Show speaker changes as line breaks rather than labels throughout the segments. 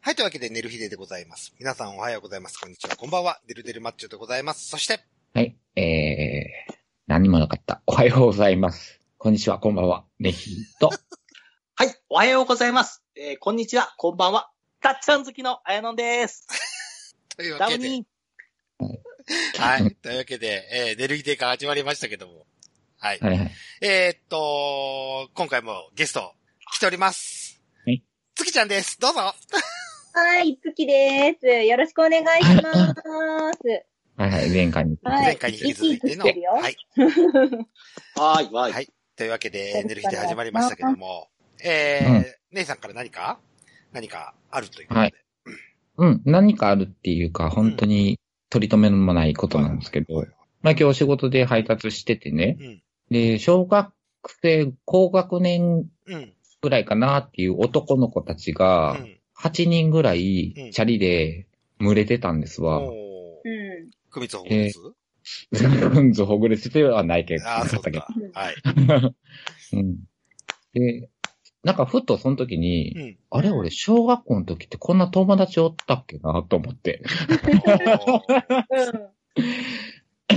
はい、というわけで、寝る日ででございます。皆さんおはようございます。こんにちは。こんばんは。デルデルマッチョでございます。そして、
はい、えー、何もなかった。おはようございます。こんにちは、こんばんは。ねひと。
はい、おはようございます。えーこんにちは、こんばんは。たっちゃん好きのあやのんです。
というわ
ダウ
けで、
ニ
はい、 というわけで、えー、寝る日でが始まりましたけども。はい。
はいはい。
えーっと、今回もゲスト来ております。
はい。
月ちゃんです。どうぞ。
はい、月です。よろしくお願いします。
はいはい、前回に。
はい
前回に引き続いての。
生き生きしてるよ
はい。
ー。はーい、わーい。
は
はいい、
というわけで、寝る日で始まりましたけども。えー、姉さんから何か何かあるということで。
はいうん、何かあるっていうか、本当に取り留めもないことなんですけど、まあ今日仕事で配達しててね
う、ん。
で、小学生、高学年
うん。
ぐらいかなっていう男の子たち
う
が、
ん。
8人ぐら
うん
い、チャリで群れてたん ですわ。
もう、
うん。
組つほぐです
ずんずほぐれててはないけど、
ああ、そう
だけど
か。はい。
うん。で、なんかふとその時に、
うん。
あれ俺、小学校の時ってこんな友達おったっけなと思って。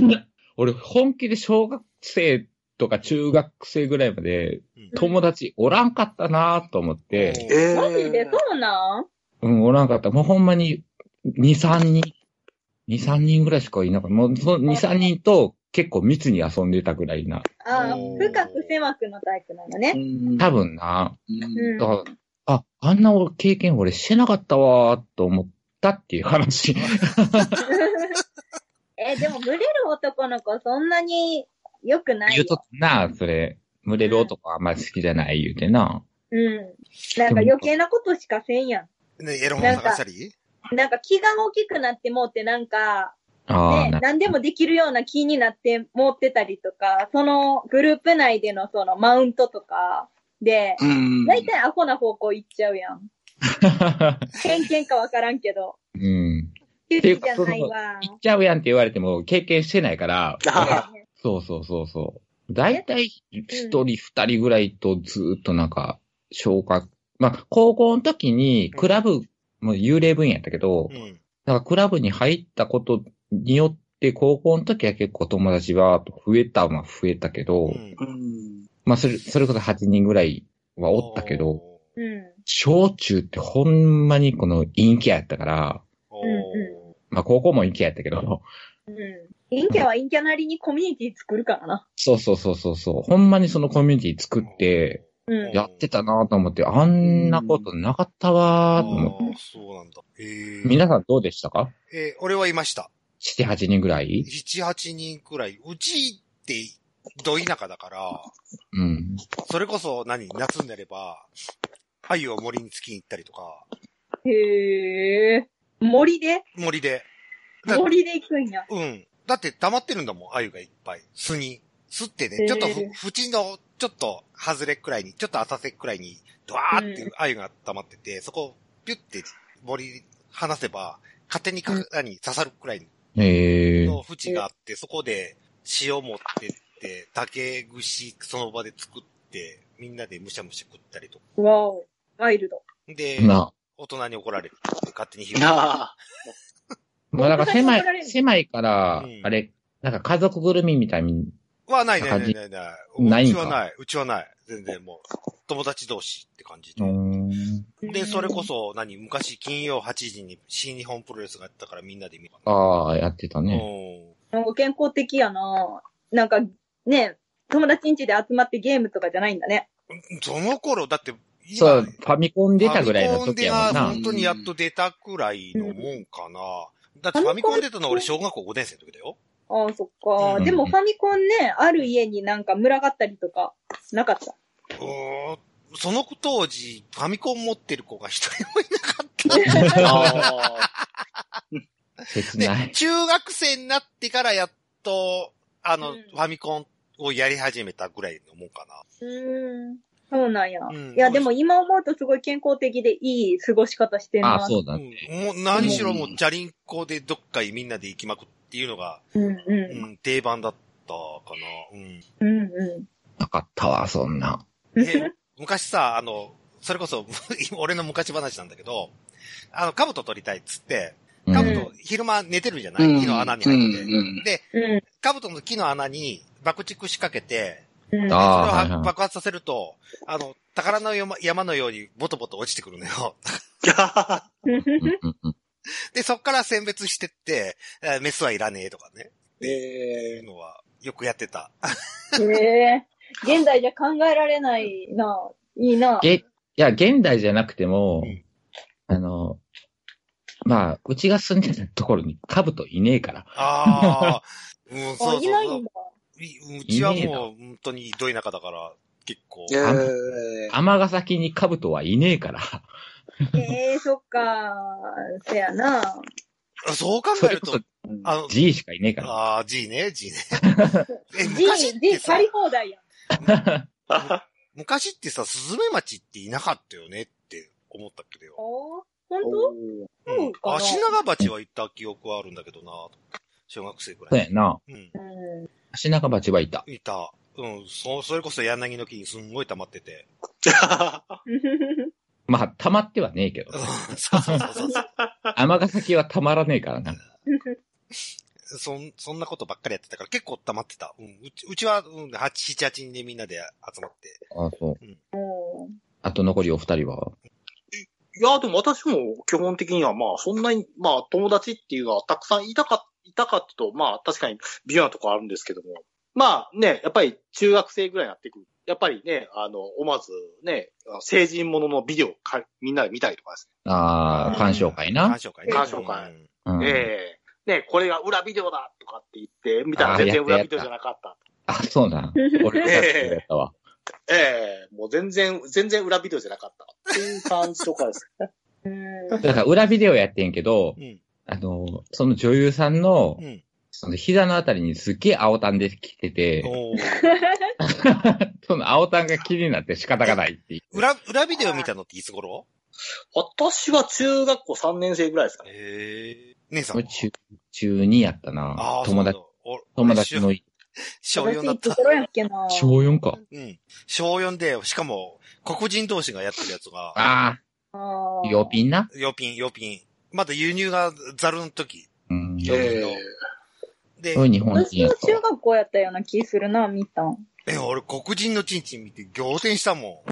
うん。
俺、本気で小学生とか中学生ぐらいまで
うん
友達おらんかったなと思って、
え
マジでそうなん
うん、おらんかった。もうほんまに2、3人、2、3人ぐらいしかいなかった。もうその2、3人と結構密に遊んでたぐらいな。
ああ、
おー
深く狭くのタイプなのね。
多分な、
うん。
だからあ、あんな経験俺してなかったわーと思ったっていう話。
え、でも、ブレる男の子そんなに良くない
言
よ
う。とったな、それ。群れる男あんまり好きじゃない言うてな。
うん。なんか余計なことしかせんや
ね、エロ本探したり
ん。なんか気が大きくなってもうてなんか、
ああ、
ね
な、
何でもできるような気になってもうてたりとか、そのグループ内でのそのマウントとかで、
うん。
大体アホな方向行っちゃうやん。偏見かわからんけど。
うん。
好
ていう
き
か
じゃないわ。
行っちゃうやんって言われても経験してな いから。
あはは
そうそうそうそう。だいたい一人二人ぐらいとずーっとなんか、消化。まあ、高校の時にクラブ、もう幽霊部員やったけど
う、ん。
なんかクラブに入ったことによって高校の時は結構友達は増えたまあ増えたけど、
うん
うん。
まあそれ、それこそ8人ぐらいはおったけど、
うん。
小中ってほんまにこの陰キャやったから、
おー。
うん
お
まあ高校も陰キャやったけど、
うん。陰キャは陰キャなりにコミュニティ作るからな。
そうそうそうそうそう、ほんまにそのコミュニティ作って、
うん。
やってたなと思って、あんなことなかったわーと思って。
ーそうなんだ。えー、
皆さんどうでしたか
えー俺はいました。
7、8人ぐらい
7、8人くらい。うちって、ど田舎だから、
うん。
それこそ何、夏になれば、鮎を森に突きに行ったりとか、
へえ。森で
森で。だ
森で行くんや。
うん。だって溜まってるんだもん、鮎がいっぱい。巣に。巣って
へ
ね、
ー
ちょっとふ、縁の、ちょっと、外れくらいに、ちょっと浅瀬くらいに、ドワーっていう鮎が溜まってて、そこを、ピュって、森、離せば、勝手にか、何、刺さるくらい
えー
の、縁があって、そこで、塩持ってって、竹串、その場で作って、みんなでむしゃむしゃ食ったりとか。
わお。ワイルド。
で、
な、
大人に怒られる。勝手に拾う。
なあ。
まあだから
本当
狭
に怒られ
い、
る
狭いから
うん、
あれ、なんか家族ぐるみみたいに、
はないね、な
感
い
じ
ないない。
な
う
い
ち
んか
はない。うちはない。全然もう、友達同士って感じで。
ん、
で、それこそ、何、昔、金曜8時に新日本プロレスがやったからみんなで見た。
ああ、やってた
う
ね。
ん。
なんか健康的やな。なんか、ね、友達ん家で集まってゲームとかじゃないんだね。
その頃、だって、
そう、ファミコン出たぐらいの時やもん
ファミ
な
コンで。本当にやっと出たくらいのもんかな。だってファミコン出たの俺小学校5年生の時だよ。
ああ、そっか、
うん
でもファミコンね、ある家になんか群がったりとか、なかった。
うーんその当時、ファミコン持ってる子が一人もいなかった。
あ
切な
で
い、。
中学生になってからやっと、あの、
うん
ファミコンをやり始めたぐらいのもんかな。
うーん。そうなんや。
うん
いや、でも今思うとすごい健康的でいい過ごし方してんな。
ああ、そうだ
う
ね。
んもう何しろもう、じゃりんこでどっかにみんなで行きまくっていうのが、
うんう。
うんん、定番だったかな。うん。
うんう
なかったわ、そんな。
ん。
で昔さ、あの、それこそ、 俺の昔話なんだけど、あの、兜取りたいっつって、
うん
多
兜
分
昼間寝てるじゃな
う
い、
ん
木の穴に入って。
うんうん
で、
うん。
兜の木の穴に爆竹仕掛けて、
う
そ
あー
ん。
れを
はいはい
爆発させると、あの、宝の山山のようにボトボト落ちてくるのよ。
うんうん
で、そっから選別してって、えーメスはいらねえとかね、ってい
え
うのはよくやってた。
ええ現代じゃ考えられないな。いいな。
げいや、現代じゃなくても
うん、
あの、まあ、うちが住んでたところに兜いねえから。
ああ、 うん、
あ、
そうそう
いないんだ。
いうちはもう本当にどい中だから、結構。
え
あん
え
天ヶ崎に兜はいね えから。
ええそっか。せやな。
そう考
そ
え
れ
る
ことそ、
あの、
G しかいねえから。
ああ、G ね、G ね。 え、
G
昔っ、て
G
さ
借、り放題やん。
昔ってさ、スズメマチっていなかったよねって思ったけどよ。
おー本
おー
当
うん。
かな
足長鉢は行った記憶はあるんだけどな、小学生く
そう
ら
や
い。
な。
うん。
当うん。
足中鉢はいた。
いた。うん、そ、それこそ柳の木にすんごい溜まって て。
まあ、溜まってはねえけど
う。んそうそうそうそう。
天ヶ崎は溜まらねえからな。
そん、そんなことばっかりやってたから結構溜まってた。うん。うち、うちは、うん、八、七、八人でみんなで集まって。
あそう。
も
あと残りお二人は。
いや、でも私も基本的にはまあ、そんなに、まあ、友達っていうのはたくさんいたか、いたかっていうと、まあ、確かに微妙なとこあるんですけども。まあね、やっぱり中学生ぐらいになってくる。やっぱりね、あの、思わずね、成人もののビデオかみんなで見たりとかです
ああ、鑑賞会な
鑑。賞会ね。
鑑賞会
うん。
うん
ね。ええね、これが裏ビデオだとかって言って、見たら全然
あーやった
裏ビデオじゃなかった。
あ、そうなん。俺たちだったわ。
ええもう全然、全然裏ビデオじゃなかった。っていう感じとかです。
う、うん。
だから裏ビデオやってんけど、
うん。
あの、その女優さんの
う、ん。
その膝のあたりにすっげえ青タンできてて、
おー
その青タンが気になって仕方がないっていう。
裏、裏ビデオ見たのっていつ頃
私は中学校3年生ぐらいですかね。
ええ。姉さんは
これ。中、中2やったな
あ。あ、
友達、
そうなんだ。お
友達の
俺、 小4だっ
私い
た
つ。頃やっけな。
小4か。
うん。小4で、しかも、黒人同士がやってるやつが、
あ
あ
あ、
ー
よピンな。
ヨピン、ヨピン。まだ輸入がザルの時。
うん。
え
そ
え
う
で、
いう日本人
私
や
も
った
中
わ。
学校やったような気するな、見たん。
え、俺黒人のチンチン見て仰天したも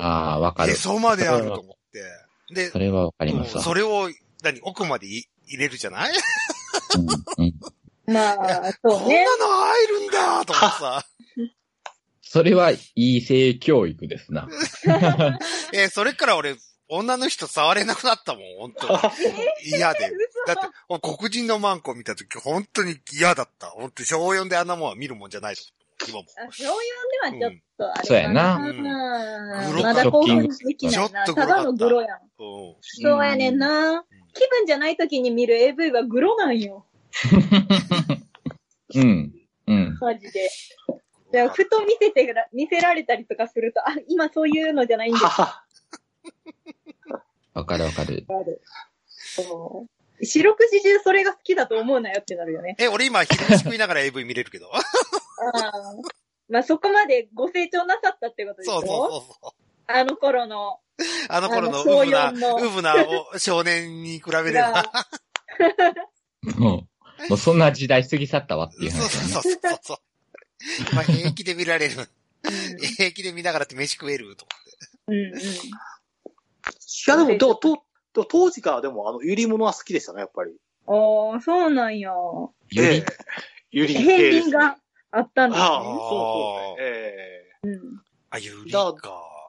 ああ、わか
ん。え、
る。
そうまであると思って。で
そ、れはわかり
う
ま
ん
すわ。
それを、何、奥までい入れるじゃない
うんうん
まあ、
こんな
そう
の
ね。
入るんだと思ってさ。
それはいい性教育ですな。
え、それから俺、女の人触れなくなったもん、本当に。嫌で。だって、お黒人のマンコ見たとき、本当に嫌だった。本当に小4であんなもんは見るもんじゃないと思う。
あ小4ではちょっとあれ
そうや
かな。
な
うん
うん
グロ
まだ興奮でき
シ
な
ョ
い
ッ
な。
キングちょっと
た
グロかった
だのグロやん。
今も。うん。
そうやね んな。気分じゃない時に見る AV はグロなんよ。
うん。うん。
マジで。だからふと見せてら、見せられたりとかすると、あ、今そういうのじゃないんです
わかるわかる。
そう四六時中それが好きだと思うなよってなるよね。
え、俺今、昼飯食いながら AV 見れるけど。
あーまあそこまでご成長なさったってことでしょ
そうそうそうそう。
あの頃の。
あの頃の
あの
ウブな、ウ
小四の
ブなお少年に比べれば。
もう、もうそんな時代過ぎ去ったわって
そ
いうう話だね。
そうそうそうそう。まあ平気で見られる。
うん
平気で見ながらって飯食えるとか。
うんうん。
いや、でも、でもとでも当時からでも、あの、ゆりものは好きでしたね、やっぱり。
おー、そうなんや。
ゆり、
ゆり。
片
ええ
鱗があったんだ。
ああ、そうそう、ね。え
うん。
あ、ゆりか。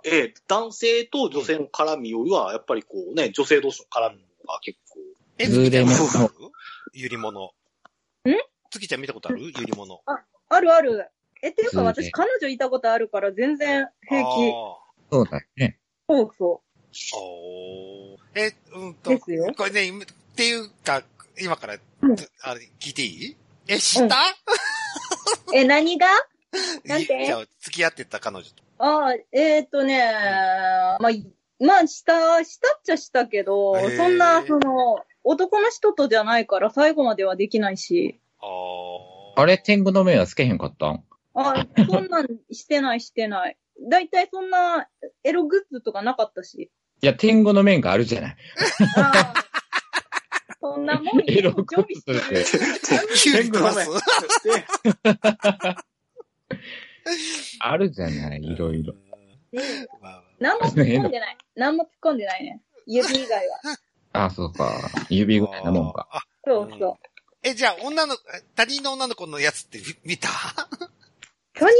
えええ男性と女性の絡みよりは、やっぱりこうね、女性同士の絡みが結構。
え、
ズ
月
ー
ち
レ
ゃん
モ
見
ン
たことあるゆりもの。
ん
月ちゃん見たことあるゆりもの。
あるある。え、っていう
す
か
げ
私
え
彼女いたことあるから全然平気。
そうだね。
そうそ
あーおーえ、うんと。
ですよ
これね、今っていうか、今から、
うん
あれ、聞いていいえ、知った、
う。え、何がなんて
いじゃあ、付き合ってた彼女と。
ああ、えーっ、とね、まあ、まあ、した、したっちゃしたけど
へ、ー
そんな、その、男の人とじゃないから最後まではできないし、
あー
あれ、天狗の面はつけへんかったん
あそんなんしてないしてない。だいたいそんなエログッズとかなかったし。
いや、天狗の面があるじゃない。
あーそんなもん
エロ
よ
グ
常
ッ
備し
ズ
て
だ
る。
って。
キュウリとます。
あるじゃない、いろいろ。
ね
まあ
何も突っ込んでない。何も突っ込んでないね。指以外は。
あ、そうか。指ぐらいなもんか。。
あ
そうそう。
え、じゃあ、女の、他人の女の子のやつって見見た
他人の女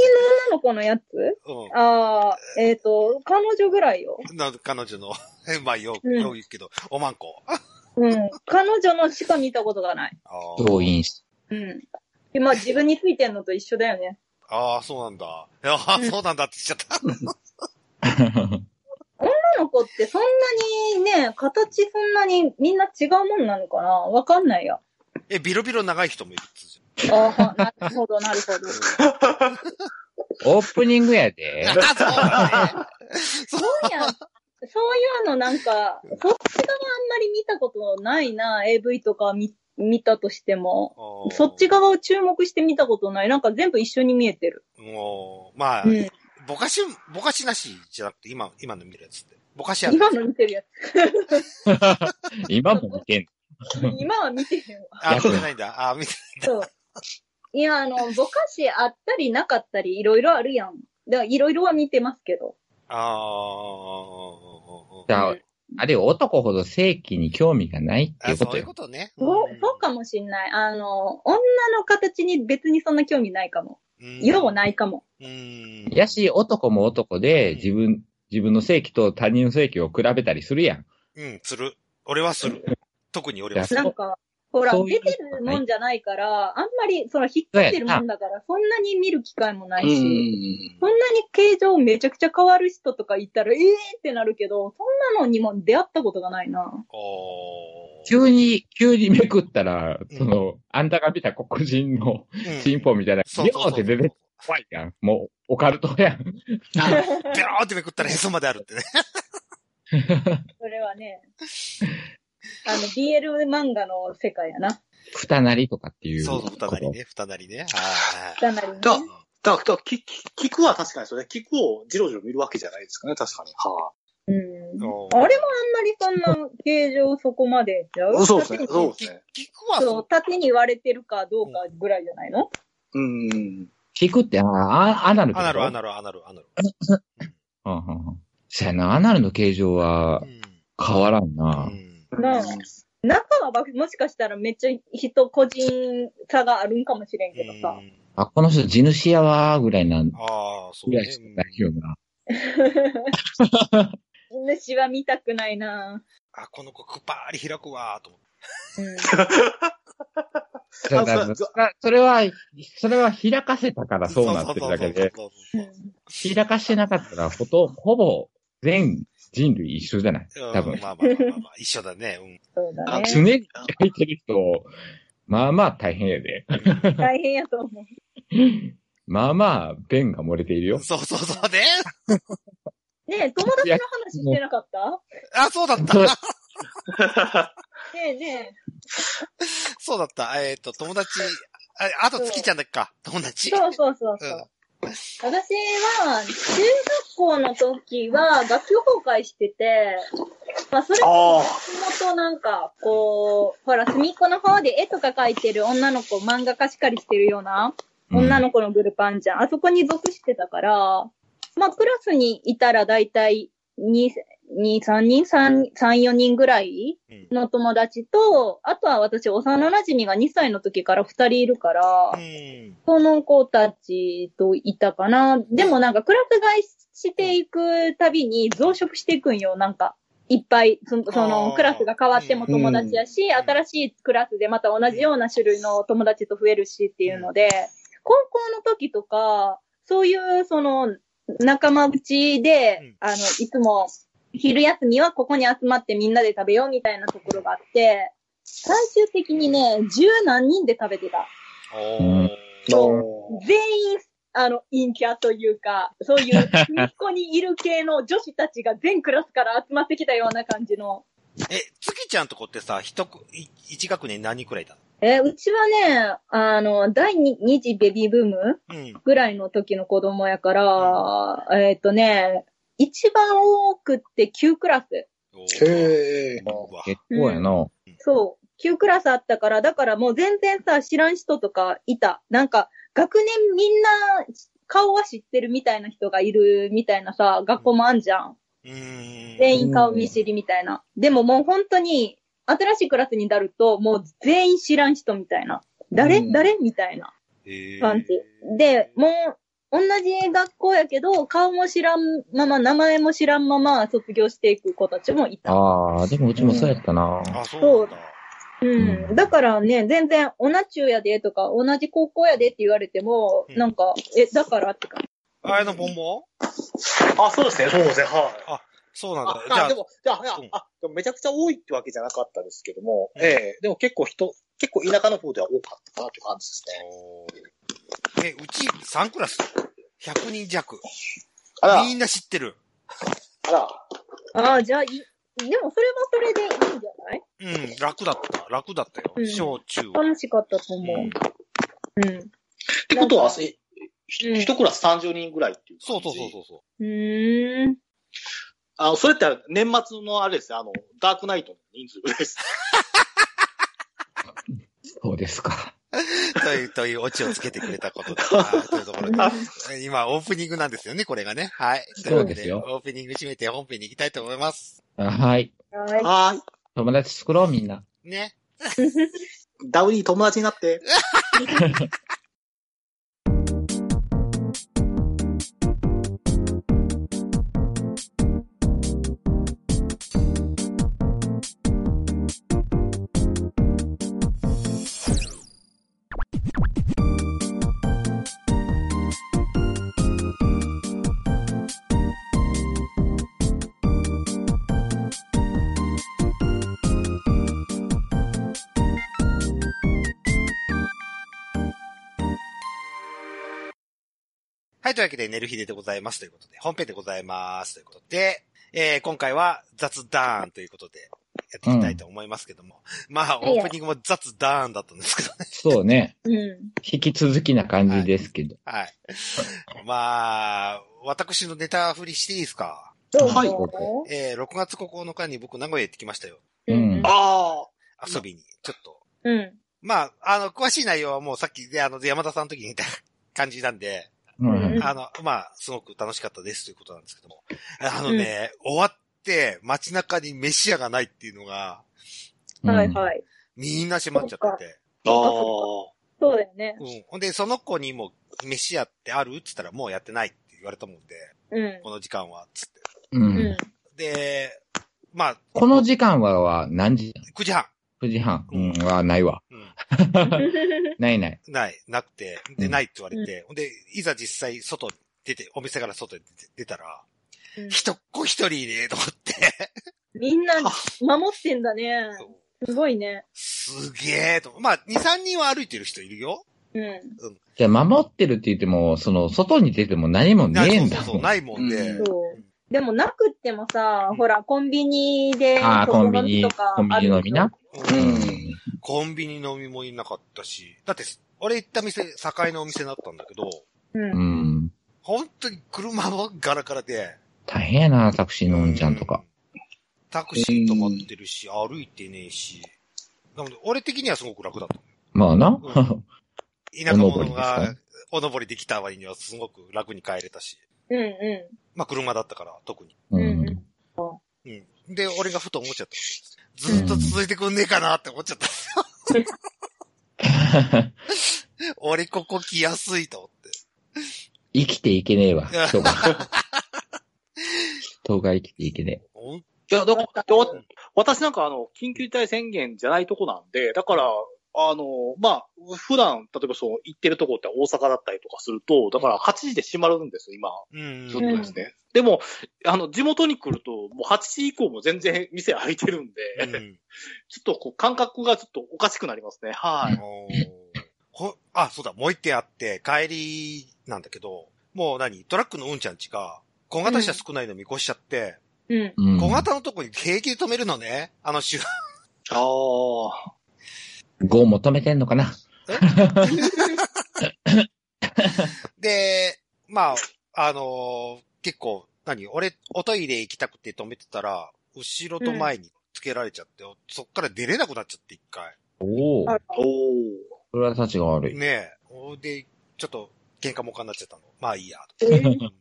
の子のやつ
う
ああ、えっ、と、彼女ぐらいよ。
ん。な彼女の、 えまあ、よう、
うん
よう言うけど、おまんこ。あ
うん。彼女のしか見たことがない。
ー
動員し
うん。今自分についてんのと一緒だよね。
あー、そうなんだ。ああ、そうなんだって言っちゃった。
女の子ってそんなにね、形そんなにみんな違うもんなのかなわかんないや。
え、ビロビロ長い人もいるっつうじ
ああ、なるほど、なるほど。
ゃん。
オープニングや で。
あそうだね。
そうやん。そういうのなんか、そっち側あんまり見たことないな、AV とか見見たとしても。そっち
が。
側を注目して見たことない。なんか全部一緒に見えてる。
もう、まあ
う、ん。
ぼかし、ぼかしなしじゃなくて、今、今の見るやつって。ぼかしある。
今の見てるや
今も見てん
つ。 今は見てへんわ。
あ、見てないんだ。あ、見て
そう。いや、あの、ぼかしあったりなかったり、いろいろあるやん。だから、いろいろは見てますけど。
あ
じ
あ。
ゃあ、あれ男ほど正規に興味がないってい
あ
うこ
そう
と
いう
よ
こ。とね。
そう、そうかもしんない。あの、女の形に別にそんな興味ないかも。色も
い。
ないかも。
うん。
やし、男も男で自分、自分の正規と他人の正規を比べたりするやん。
うん、する。俺はする。特に俺はする。
なんか、ほら、
そうい
出
う
てるもんじゃないから、あんまり、その、引っ
そう
掛
や
けてるもんだから、そんなに見る機会もな
う
い
ん
し、そんなに形状めちゃくちゃ変わる人とかいたら、ええーってなるけど、そんなのにも出会ったことがないな。
おー
急に、急にめくったら、
うん
その、あんたが見た黒人の
うん
チンポみたいな、
そう
ビ
そうそ
ョ
う
ーって出て怖いやん。もう、オカルトやん。
ペローってめくったらへそまであるってね。
それはね、 あの、BL 漫画の世界やな。
ふたなりとか っていう。
そうそう、二なりね、二なりね。はい
かなりね。
だ、だ、だ、き、き、菊は確かにそれ、菊をじろじろ見るわけじゃないですかね、確かに。は
うん。あれも
おー
あんまりそんな形状そこまでちゃう
い。そうですね、
縦
そう
に
ですね。
き菊は
そ、
そう
縦に割れてるかどうかぐらいじゃないの
うん。
聞くって、ああ、アナル
う、アナル、アナ
ル。
ル、アナル、アナル。
うんうんうん。そやな、アナルの形状は
うん
変わらん
う
な。
ん
なあ中はばもしかしたらめっちゃ人個人差があるんかもしれんけどさ
う。ん
あ、この人地主やわ、ぐらいなん、ぐ
ああ、そう
ら
ね
いし。かないよな。
主は見たくないな
あ、この子くぱーり開くわーと思って。
うん。
そうだ
あそう
そそれは、それは開かせたからそうなってるだけで、
そうそうそう
開かしてなかったら、ほと、ほぼ全人類一緒じゃない
そう。
多
うん
分。
まあまあまあまあまあ、一緒だね。うん
そうだ
あ
常
ね。
に開いてる人、まあまあ大変やで。
大変やと思う。
まあまあ、便が漏れているよ。
そうそうそうね。
ねえ、友達の話してなかった
あ、そうだった。
ねえね
そうだった。えっ、と、友達、ああと月ちゃんだっけか。友
え。
達。
そうそうそうそう。
うん
私は、中学校の時は学級崩壊してて、まあそれ
あ
もとなんか、こう、ほら、隅っこの方で絵とか描いてる女の子、漫画貸し借りしてるような女の子のグループあんじゃん。あそこに属してたから、まあ、クラスにいたらだいたい2、2、3人、3、3、4人ぐらい
うん
の友達と、あとは私、幼馴染が2歳の時から2人いるから、
うん。
その子たちといたかな。でもなんかクラス替えしていくたびに増殖していくんよ、なんか。いっぱい、その、そ
あ
の
ー
クラスが変わっても友達やし、
ん
新しいクラスでまた同じような種類の友達と増えるしっていうので、高校の時とか、そういう、その、仲間内で、
うん
あの、いつも、昼休みはここに集まってみんなで食べようみたいなところがあって、最終的にね、十何人で食べてた。
お
う
ー
ん。
も
全員、あの、陰キャというか、そういう、息子にいる系の女子たちが全クラスから集まってきたような感じの。
え、月ちゃんとこってさ、一く、い一学年何人くらいだの
え、うちはね、あの、第二二次ベビーブーム
うん。
ぐらいの時の子供やから、えっ、とね、一番多くって9クラス。
お
へえ。
うわ
結構やな。
そう。9クラスあったから、だからもう全然さ、知らん人とかいた。なんか、学年みんな顔は知ってるみたいな人がいるみたいなさ、学校もあんじゃん。
うーん。
全員顔見知りみたいな。でももう本当に、新しいクラスになると、もう全員知らん人みたいな。誰、
うん
誰みたいな
へー
感じ。で、もう、同じ学校やけど、顔も知らんまま、名前も知らんまま卒業していく子たちもいた。
ああ、でもうちもそうやったな。
あ、そうなんだ。
うん。だからね、全然、同じ中やでとか、同じ高校やでって言われても、
うん
なんか、え、だからって感じ。
あれのボンボン
あ、そうですね、そうですね、はい。
そうなん
あ
だ。、じゃ
あ
あ
で、も、じゃあ、あ
うん
あでもめちゃくちゃ多いってわけじゃなかったですけども、
うん
ええでも結構人、結構田舎の方では多かったなって感じですね。
おーえ、うち3クラス ?100 人弱。
あら、
みんな知ってる。
あら、
ああ、じゃあ、い、でもそれはそれでいいんじゃない
うん、楽だった。楽だったよ。
うん
小中。
楽しかったと思
う。
うんうん。
ってこと
な
は
ん、か
えひ
うん
一クラス30人ぐらいっていう。。
そうそうそうそううそう
ーん。
あの、それって年末のあれですね、あの、ダークナイトの人数ぐらいです。
そうですか。
う。という、というオチをつけてくれたことで。はいというところで。え今、オープニングなんですよね、これがね。はい。といこと
そうですよ
オープニング締めて本編に行きたいと思います。
あはい。
はい。
はーい。
友達作ろう、みんな。
ね。
ダウニー友達になって。
はい、というわけで、寝る日ででございますということで、本編でございますということで、えー、今回は雑談ということで、やっていきたいと思いますけども。まあ、
い
オープニングも雑談だったんですけどね。
そうね。
うん。
引き続きな感じですけど。
はい。まあ、私のネタ振りしていいですか
どう
はい
ぞ。
えー、6月9日に僕名古屋行ってきましたよ。
うん。
あ
遊びに。ちょっと。
うん。
まあ、あの、詳しい内容はもうさっきで、あの、山田さんの時に言った感じなんで、
うん。
あの、まあ、すごく楽しかったですということなんですけども。あのね、終わって街中に飯屋がないっていうのが、
はいはい。
みんな閉まっちゃってて。
あ。ああ。
そうだよね。
うん。ほんで、その子にも、飯屋ってあるって言ったらもうやってないって言われたもんで、
うん
こ。の時間は、つって。
う
うん ん。
で、まあ、
この時間はは何時
9時半。
?9 時半。
うん
うん、はないわ。
うん。
ないない。
ない、なくて、で、
うん
ないって言われて、ほんで、いざ実際外出て、お店から外に出て出たら、
うん
人っ子一人いねえと思って。
みんな守ってんだね。すごいね。
すげえと。まあ、2、3人は歩いてる人いるよ。
うん。
じゃあ、守ってるって言っても、その、外に出ても何もね
ない
え
そうんそう
だ
そ
も
う、
ん。
ないもんで。
そ
うん
う。でもなくってもさ、ほら、コンビニで、
ああ、コンビニ
ところ、
コンビニ
とかある
の
で
み
しょ
な。
う
うんん。
コンビニ飲みもいなかったし、だって、俺行った店、境のお店だったんだけど、
うん
う。ん。
本当に車もガラガラで。
大変やな、タクシーのうんちゃんとか。
うん。タクシー止まってるし、歩いてねえし。なので、俺的にはすごく楽だった。
まあな。
田舎
お登
者
りですか
が、お登りできた割にはすごく楽に帰れたし。
うんう
まあ、車だったから、特に。
う
うん
ん。
うん。で、俺がふと思っちゃったことです。ずっと続いてくんねえかなって思っちゃった。俺ここ来やすいと思って。
生きていけねえわ、人が。人が生きていけね
ほん
いや、だから、わ私なんかあの、緊急事態宣言じゃないとこなんで、だから、あの、まあ、普段、例えばそう、行ってるとこって大阪だったりとかすると、だから8時で閉まるんですよ、今。
うん
ちょっとですね。でも、あの、地元に来ると、もう8時以降も全然店開いてるんで、
う
ちょ
ん。
っとこう、感覚がちょっとおかしくなりますね。はい。
おーほあ、そうだ、もう一点あって、帰りなんだけど、もう何トラックのうんちゃんちが、小型車少ないの見越しちゃって、
ん。うん。
え。うん。
小型のとこに平気で止めるのね、あの週。
ああ。
語を求めてんのかな
で、まあ、あのー結構、何俺、おトイレ行きたくて止めてたら、後ろと前につけられちゃって、そっから出れなくなっちゃって、一回。
おお、
あら
おお。
それは立ちが悪い。
ねえ。ほんで、ちょっと、喧嘩もかになっちゃったの。まあいいや。
えー
うん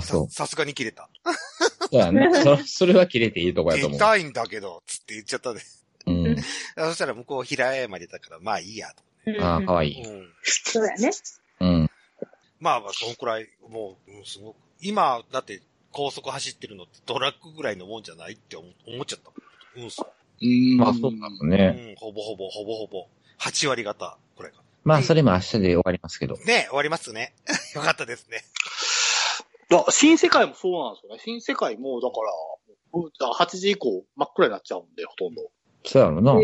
さ
そう。
さすがに切れた。
そうやな。そそれは切れていいとこやと
出
思
たいんだけど、つって言っちゃったね。
う。うん。
そしたら向こう平屋までだから、まあいいや。
うん
あー、かわいい。
うん。
そうやね。
うん。
まあまあ、そのくらい、もう、うんすごく。今、だって、高速走ってるのってドラッグぐらいのもんじゃないって思思っちゃったもん。うん、そう。
うん
まあ、そうかもね。
うん、ほぼほぼ、ほぼほぼ。8割方、これが。
まあ、それも明日で終わりますけど。
ねえ終わりますね。 よかったですね。
だ新世界もそうなんですよね。新世界も、だから、うんだから8時以降真っ暗になっちゃうんで、ほとんど。
そうやろな。
へ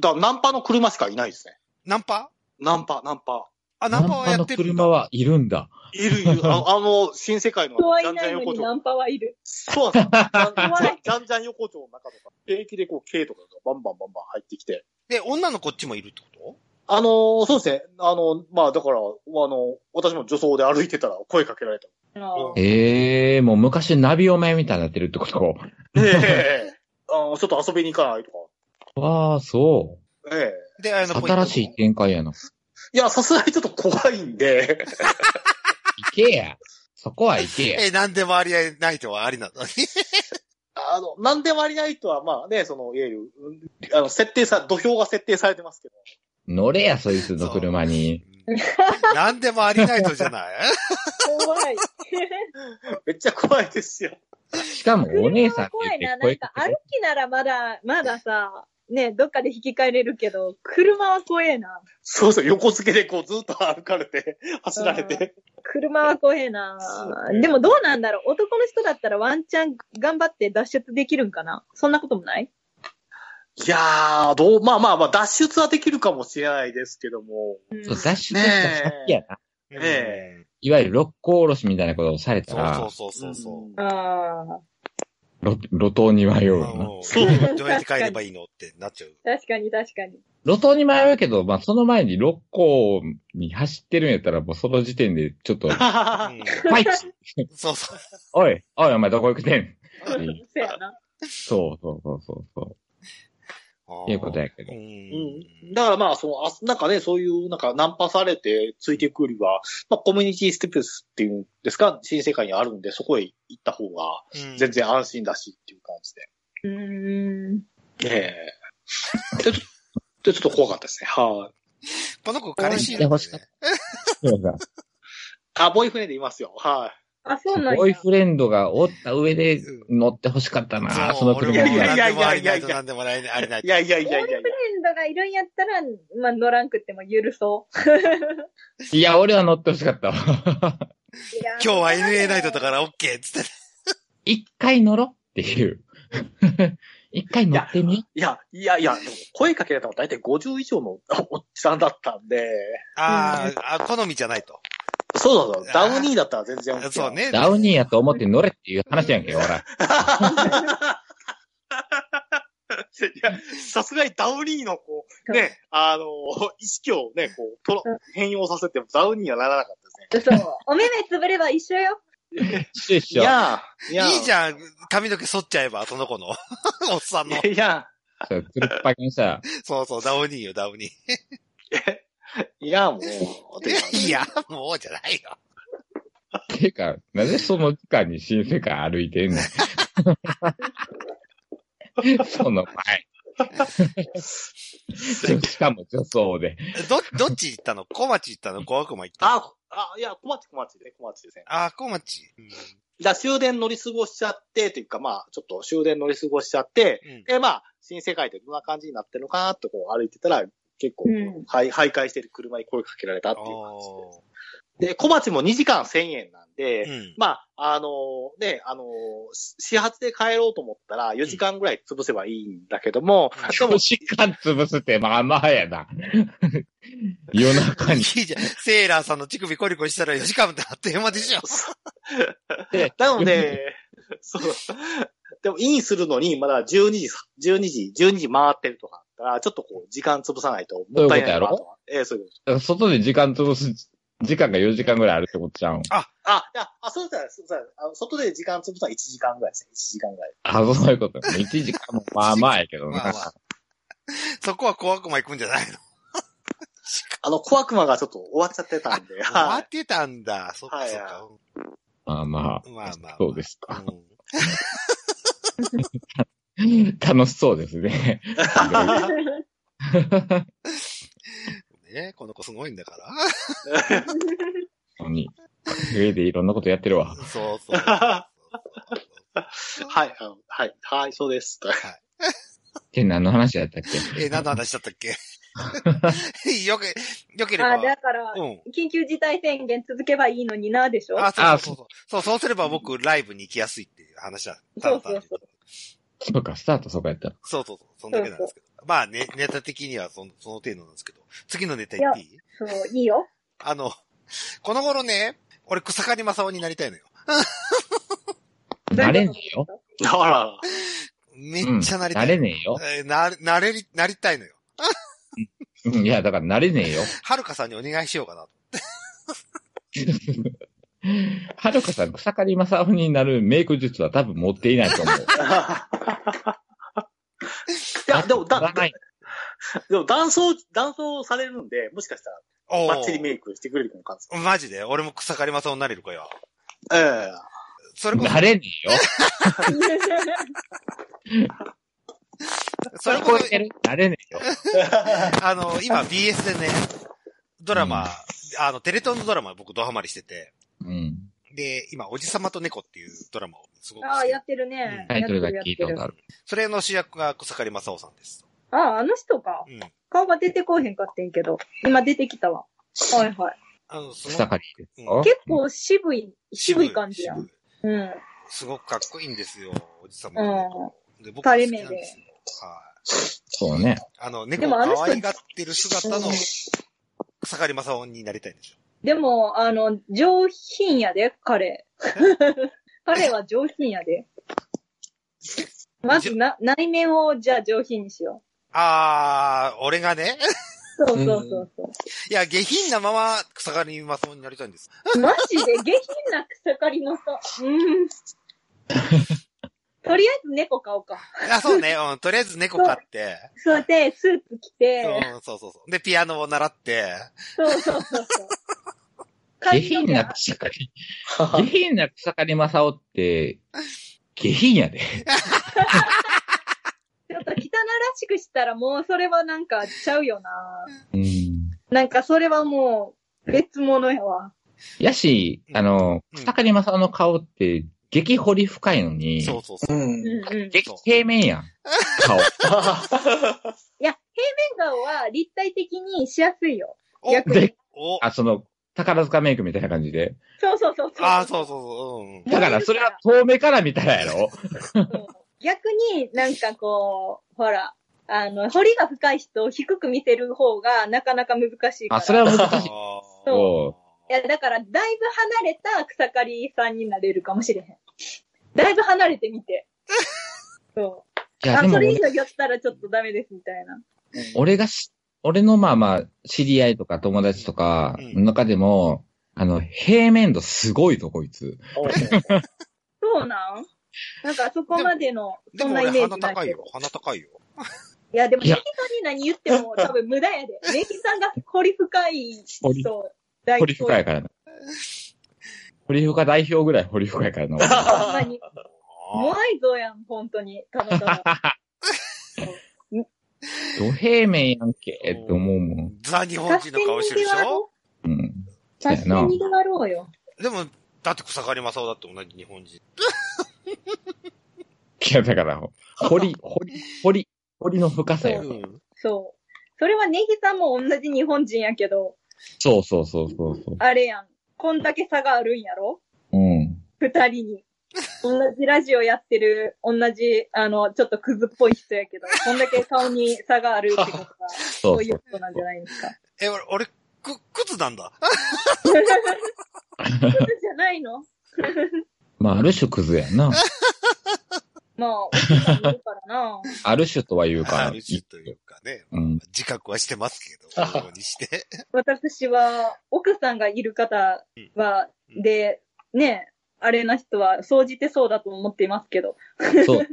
だ、だからナンパの車しかいないですね。
ナンパ
ナンパ、ナンパ。
あ、ナンパはやってる
ナン
ん
パの車
だ。
はいるんだ。
いるい る。ああの、新世界の
人はい
じゃん
な
じゃ
い
ん
の
横
に
丁。
ナンパは いる。
そうなんですよ。じゃん
怖い
じゃんじゃん横丁の中とか、平気でこう、軽とかがバンバンバンバン入ってきて。
で、女のこっちもいるってこ
あのーそうですね。あの、まあだから、あの、私も女装で歩いてたら声かけられた。
あの
ええもう昔ナビお前みたいになってるってこと
ええあの、ちょっと遊びに行かないとか。
わあ、そ
ええ
とで、あ
う。
の、ポイント
新しい展開やな。
いや、さすがにちょっと怖いんで。
行けや。そこは行けや。
え、なんでもありえないとはありなのに。
あの、なんでもありないとは、まあね、その、いわゆる、うんあの、設定さ、土俵が設定されてますけど。
乗れや、そいつの車に。
うんなんでもありないとじゃない
怖 い。
めっちゃ怖いですよ。
しかもお姉さんっ
車は怖
て
い
言
な。
っ
なん
て
か
声
歩きならまだ、まださ、ね、どっかで引き換えれるけど、車は怖えな。
そうそう、横付けでこうずっと歩かれて、 走られて。
車は怖えな
そう。ね
でもどうなんだろう男の人だったらワンチャン頑張って脱出できるんかなそんなこともない
いやー、どう、まあまあまあ、脱出はできるかもしれないですけども。
そう、脱出した先やな。
え
いわゆる六甲おろしみたいなことをされた
そう
ら、
そうそうそうそう。
ん
ああ、
路路頭に迷うよな。
そうう。どうやって帰ればいいのってなっちゃう。
確かに確かに。
路頭に迷うけど、まあ、その前に六甲に走ってるんやったら、もうその時点で ちょっと、
う
ファイト
んそうそう。
おい、おい、お前どこ行くてん
うんそうやな。
そうそうそうそうそ
あ
う。
ー
いうことやけ
う
ど。
うん
ん。
だからまあ、その、あなんかね、そういう、なんか、ナンパされてついていくよりは、まあ、コミュニティステップスっていうんですか、新世界にあるんで、そこへ行った方が、全然安心だしっていう感じ
うーん。
で。ええでちょで、ちょっと怖かったですね。はい、
この子彼氏い
応援して
るんだ
ほ
ね
しかっそうだ
あ。ボーイフレンドいますよ。はい、
あ、そうなん
ボーイ
や。
フレンドがおった上で乗って欲しかったな、その
俺も
車には。
何でもありないと何でもありない
い
と。
やいやい
ボーイ
やい
フ
や
レ
いや。
ンドがいるんやったら、まあ乗らんくっても許そう。
いや、俺は乗って欲しかったわ。
いや
今日は NA ナイトだから OK っつって。
一回乗ろっていう。 一回乗ってみ
いや、いやいや、でも声かけられたの大体50以上のおっさんだったんで、
あーあ、好みじゃないと。
そうそうそう、ダウニーだったら全然 OK
そう。ね。
ダウニーやと思って乗れっていう話やんけ、ほら。
いや、さすがにダウニーのこう、ね、あの、意識をね、こう、とろ変容させてもダウニーにはならなかったですね。
そう。お目目つぶれば一緒よ。
一緒一緒。
やい
いいじゃん。髪の毛剃っちゃえば、その子の。 おっさんの。
いや、
そうつるっぱげにさ、
そうそう、ダウニーよ、ダウニ
いや、もう、
ー。いや、もうじゃないよ。
ていうか、なぜその時間に新世界歩いてん のその前。しかも女装で。
ど、どっち行ったの小町行ったの小悪魔行ったの
あ、あ、いや、小町小町で、小町ですね。
あー、小町。うん
じゃ終電乗り過ごしちゃって、というか、まあ、ちょっと終電乗り過ごしちゃって、
うん
で、まあ、新世界ってどんな感じになってるのかなとこう歩いてたら、結構、
うん
はい、徘徊してる車に声かけられたっていう感じで
おー。
で、小町も2時間1000円なんで、
うん。
まあ、あのね、あのし始発で帰ろうと思ったら4時間ぐらい潰せばいいんだけども、
うん
しかも
4、時間潰すってまあまあやな。夜中
いい
に。
じゃん。セーラーさんの乳首コリコリしたら4時間ってあっという間でしょ。
なの で、そう。でも、インするのに、まだ12時、12時、12時回ってるとかだから、ちょっとこう、時間潰さないと、もったいないな
そ
と
ういうこと
は。ええそういうこと。
外で時間潰す、時間が4時間ぐらいあるってことじゃん。
あ、いや、あ、そうだ、そうだ、あの外で時間潰すのは1時間ぐらいですね。1時間ぐらい。
あ、そういうこと。1時間もまあまあやけど
まあ
な
ま。あ。そこは小悪魔行くんじゃないの
あの、小悪魔がちょっと終わっちゃってたんで、
終わ
はい。
ってたんだ。そっか
はい
そっか。
まあま
まあまあまあ
あ。。そうですか。
うん
楽しそうですね。
ねこの子すごいんだから。
本当に。家でいろんなことやってるわ。
そうそう。
はい、あのはい、はい、そうです。
って何の話やったっ け
え、何の話だったっ けよけ、よければ。
あ、だから、
うん。
緊急事態宣言続けばいいのにな、でしょ
あ、そうそうそうそう。そう、そうすれば僕、ライブに行きやすいっていう話だった
そう
の
そうそう。
そうか、スタートそうかやった。
そうそうそう。そんだけなんですけど。まあ、ね、ネタ的にはそのその程度なんですけど。次のネタ言っていい
そう、いいよ。
あの、この頃ね、俺、草刈正雄になりたいのよ。
なれねえよ。
あら、
めっちゃなりた。
ないれねえよ。
えーな、なれり、なりたいのよ。
うんいや、だからなれねえよ。
はるかさんにお願いしようかなと。
はるかさん、草刈正雄になるメイク術は多分持っていないと思う。
いや、でも、だ、
ない
でも、断層、断層されるんで、もしかしたら、
お
バッチリメイクしてくれるかもわかん
ーマジで俺も草刈正雄になれるかよ。
ないです。え
それこ
なれねえよ。
そ、それ
聞
こ
こ
そ
え、てるなれねえよ。
あの、今 BS でね、ドラマ、あの、テレ東のドラマ僕ドハマりしてて、
うん。
で、今、おじさまと猫っていうドラマをすごく
ああ、
して
やってるね。
タイトルだけ聞いたこと
や
あ
ってる
る。
それの主役が草刈正雄さんです。
ああ、あの人か
う。ん。
顔が出てこうへんかってんけど。今出てきたわ。はいはい。
あの、すご
草
く、
刈ですか
結構渋い、渋い感じやん。
渋い
うん。
すごくかっこいいんですよ、おじさま
う
と
ん
猫。。で、僕好きなん
垂れ
ですよ。はい。
そうね。
あの、猫
で
を
もあの人
可愛がってる姿の草刈正雄になりたいんですよ。
でも、あの、上品やで、彼。 彼は上品やで。まずな、内面をじゃあ上品にしよ
あー、俺がね。
う。そうそうそうそう。
いや、下品なまま草刈正雄になりたいんです。
マジで下品な草刈りのさ、うん。とりあえず猫買おうか。
あ、そうね。うん、とりあえず猫飼って。
そうやって、スーツ着て、
うん、そうそうそう。で、ピアノを習って、
そうそうそうそう。
下品な草刈り。下品な草刈正雄って、下品やで。
ちょっと汚らしくしたらもうそれはなんかちゃうよな。
うん。
なんかそれはもう別物やわ。
やし、あの、
うん
草刈正雄の顔って、激掘り深いのに、
そうそうそう。
う
うん
ん
うん。平面
激平面やん。顔。
顔は立体的にしやすいよ。
お
逆に
で。
お
あ、その、宝塚メイクみたいな感じで。
そうそうそうそう。
ああ、そうそうそう。うんうん。
だから、それは遠目から見たらやろ
うん逆になんかこう、ほら、あの、彫りが深い人を低く見せる方がなかなか難しいか
あ、
ら。
それは難しい。
そ
そ
いや、だから、だいぶ離れた草刈さんになれるかもしれへん。だいぶ離れて みて。そう。
いや、
あ、
でも
それ
俺
以上やったらちょっとダメです、みたいな。
俺がし、俺のまあまあ、知り合いとか友達とかの中でも、あの、平面度すごいぞ、こいつ。
そうなんなんか、そこまでの、
で
そ
も
んなイ
俺
メー
鼻
ジない
高い
け
よ
ど。。
鼻高いよ。
いや、でも、
い
ネ
や
キさんに何言っても多分無 駄やで。ネキさんが掘り深い
掘り
人、大
堀深やからな。堀深代表ぐらい堀深やからな。俺
ほんまに。モ
あ
アイ像やん、本当に。たまたま。
ど平面やんけ、って思うもん。
ーザ日本
勝
人
手
の顔
に
してるでし
逃げ
ょ
ろ
うん。
う。勝手に逃げろうよ。
でも、だって草刈正雄だって同じ日本人。
いや、だから、堀、堀、堀、堀の深さよ。
ん。
そう。それはネギさんも同じ日本人やけど、
そうそうそうそうそう。
あれやん。こんだけ差があるんやろ
うん。
二人に。同じラジオやってる、同じ、あの、ちょっとクズっぽい人やけど、こんだけ顔に差があるってことが、
そ
そううい
そう
ことなんじゃないですか。
え、俺、俺、く、靴なんだ。
クズじゃないの
う。まあ、ある種クズやな。
まあ、おじいさんいるからな。
ある種とは言う
あ
か
る種というかね、
うん。
自覚はしてますけど、往々にして。
私は、奥さんがいる方は、
うん
で、ね、あれな人は、総じてそうだと思っていますけど。
そう。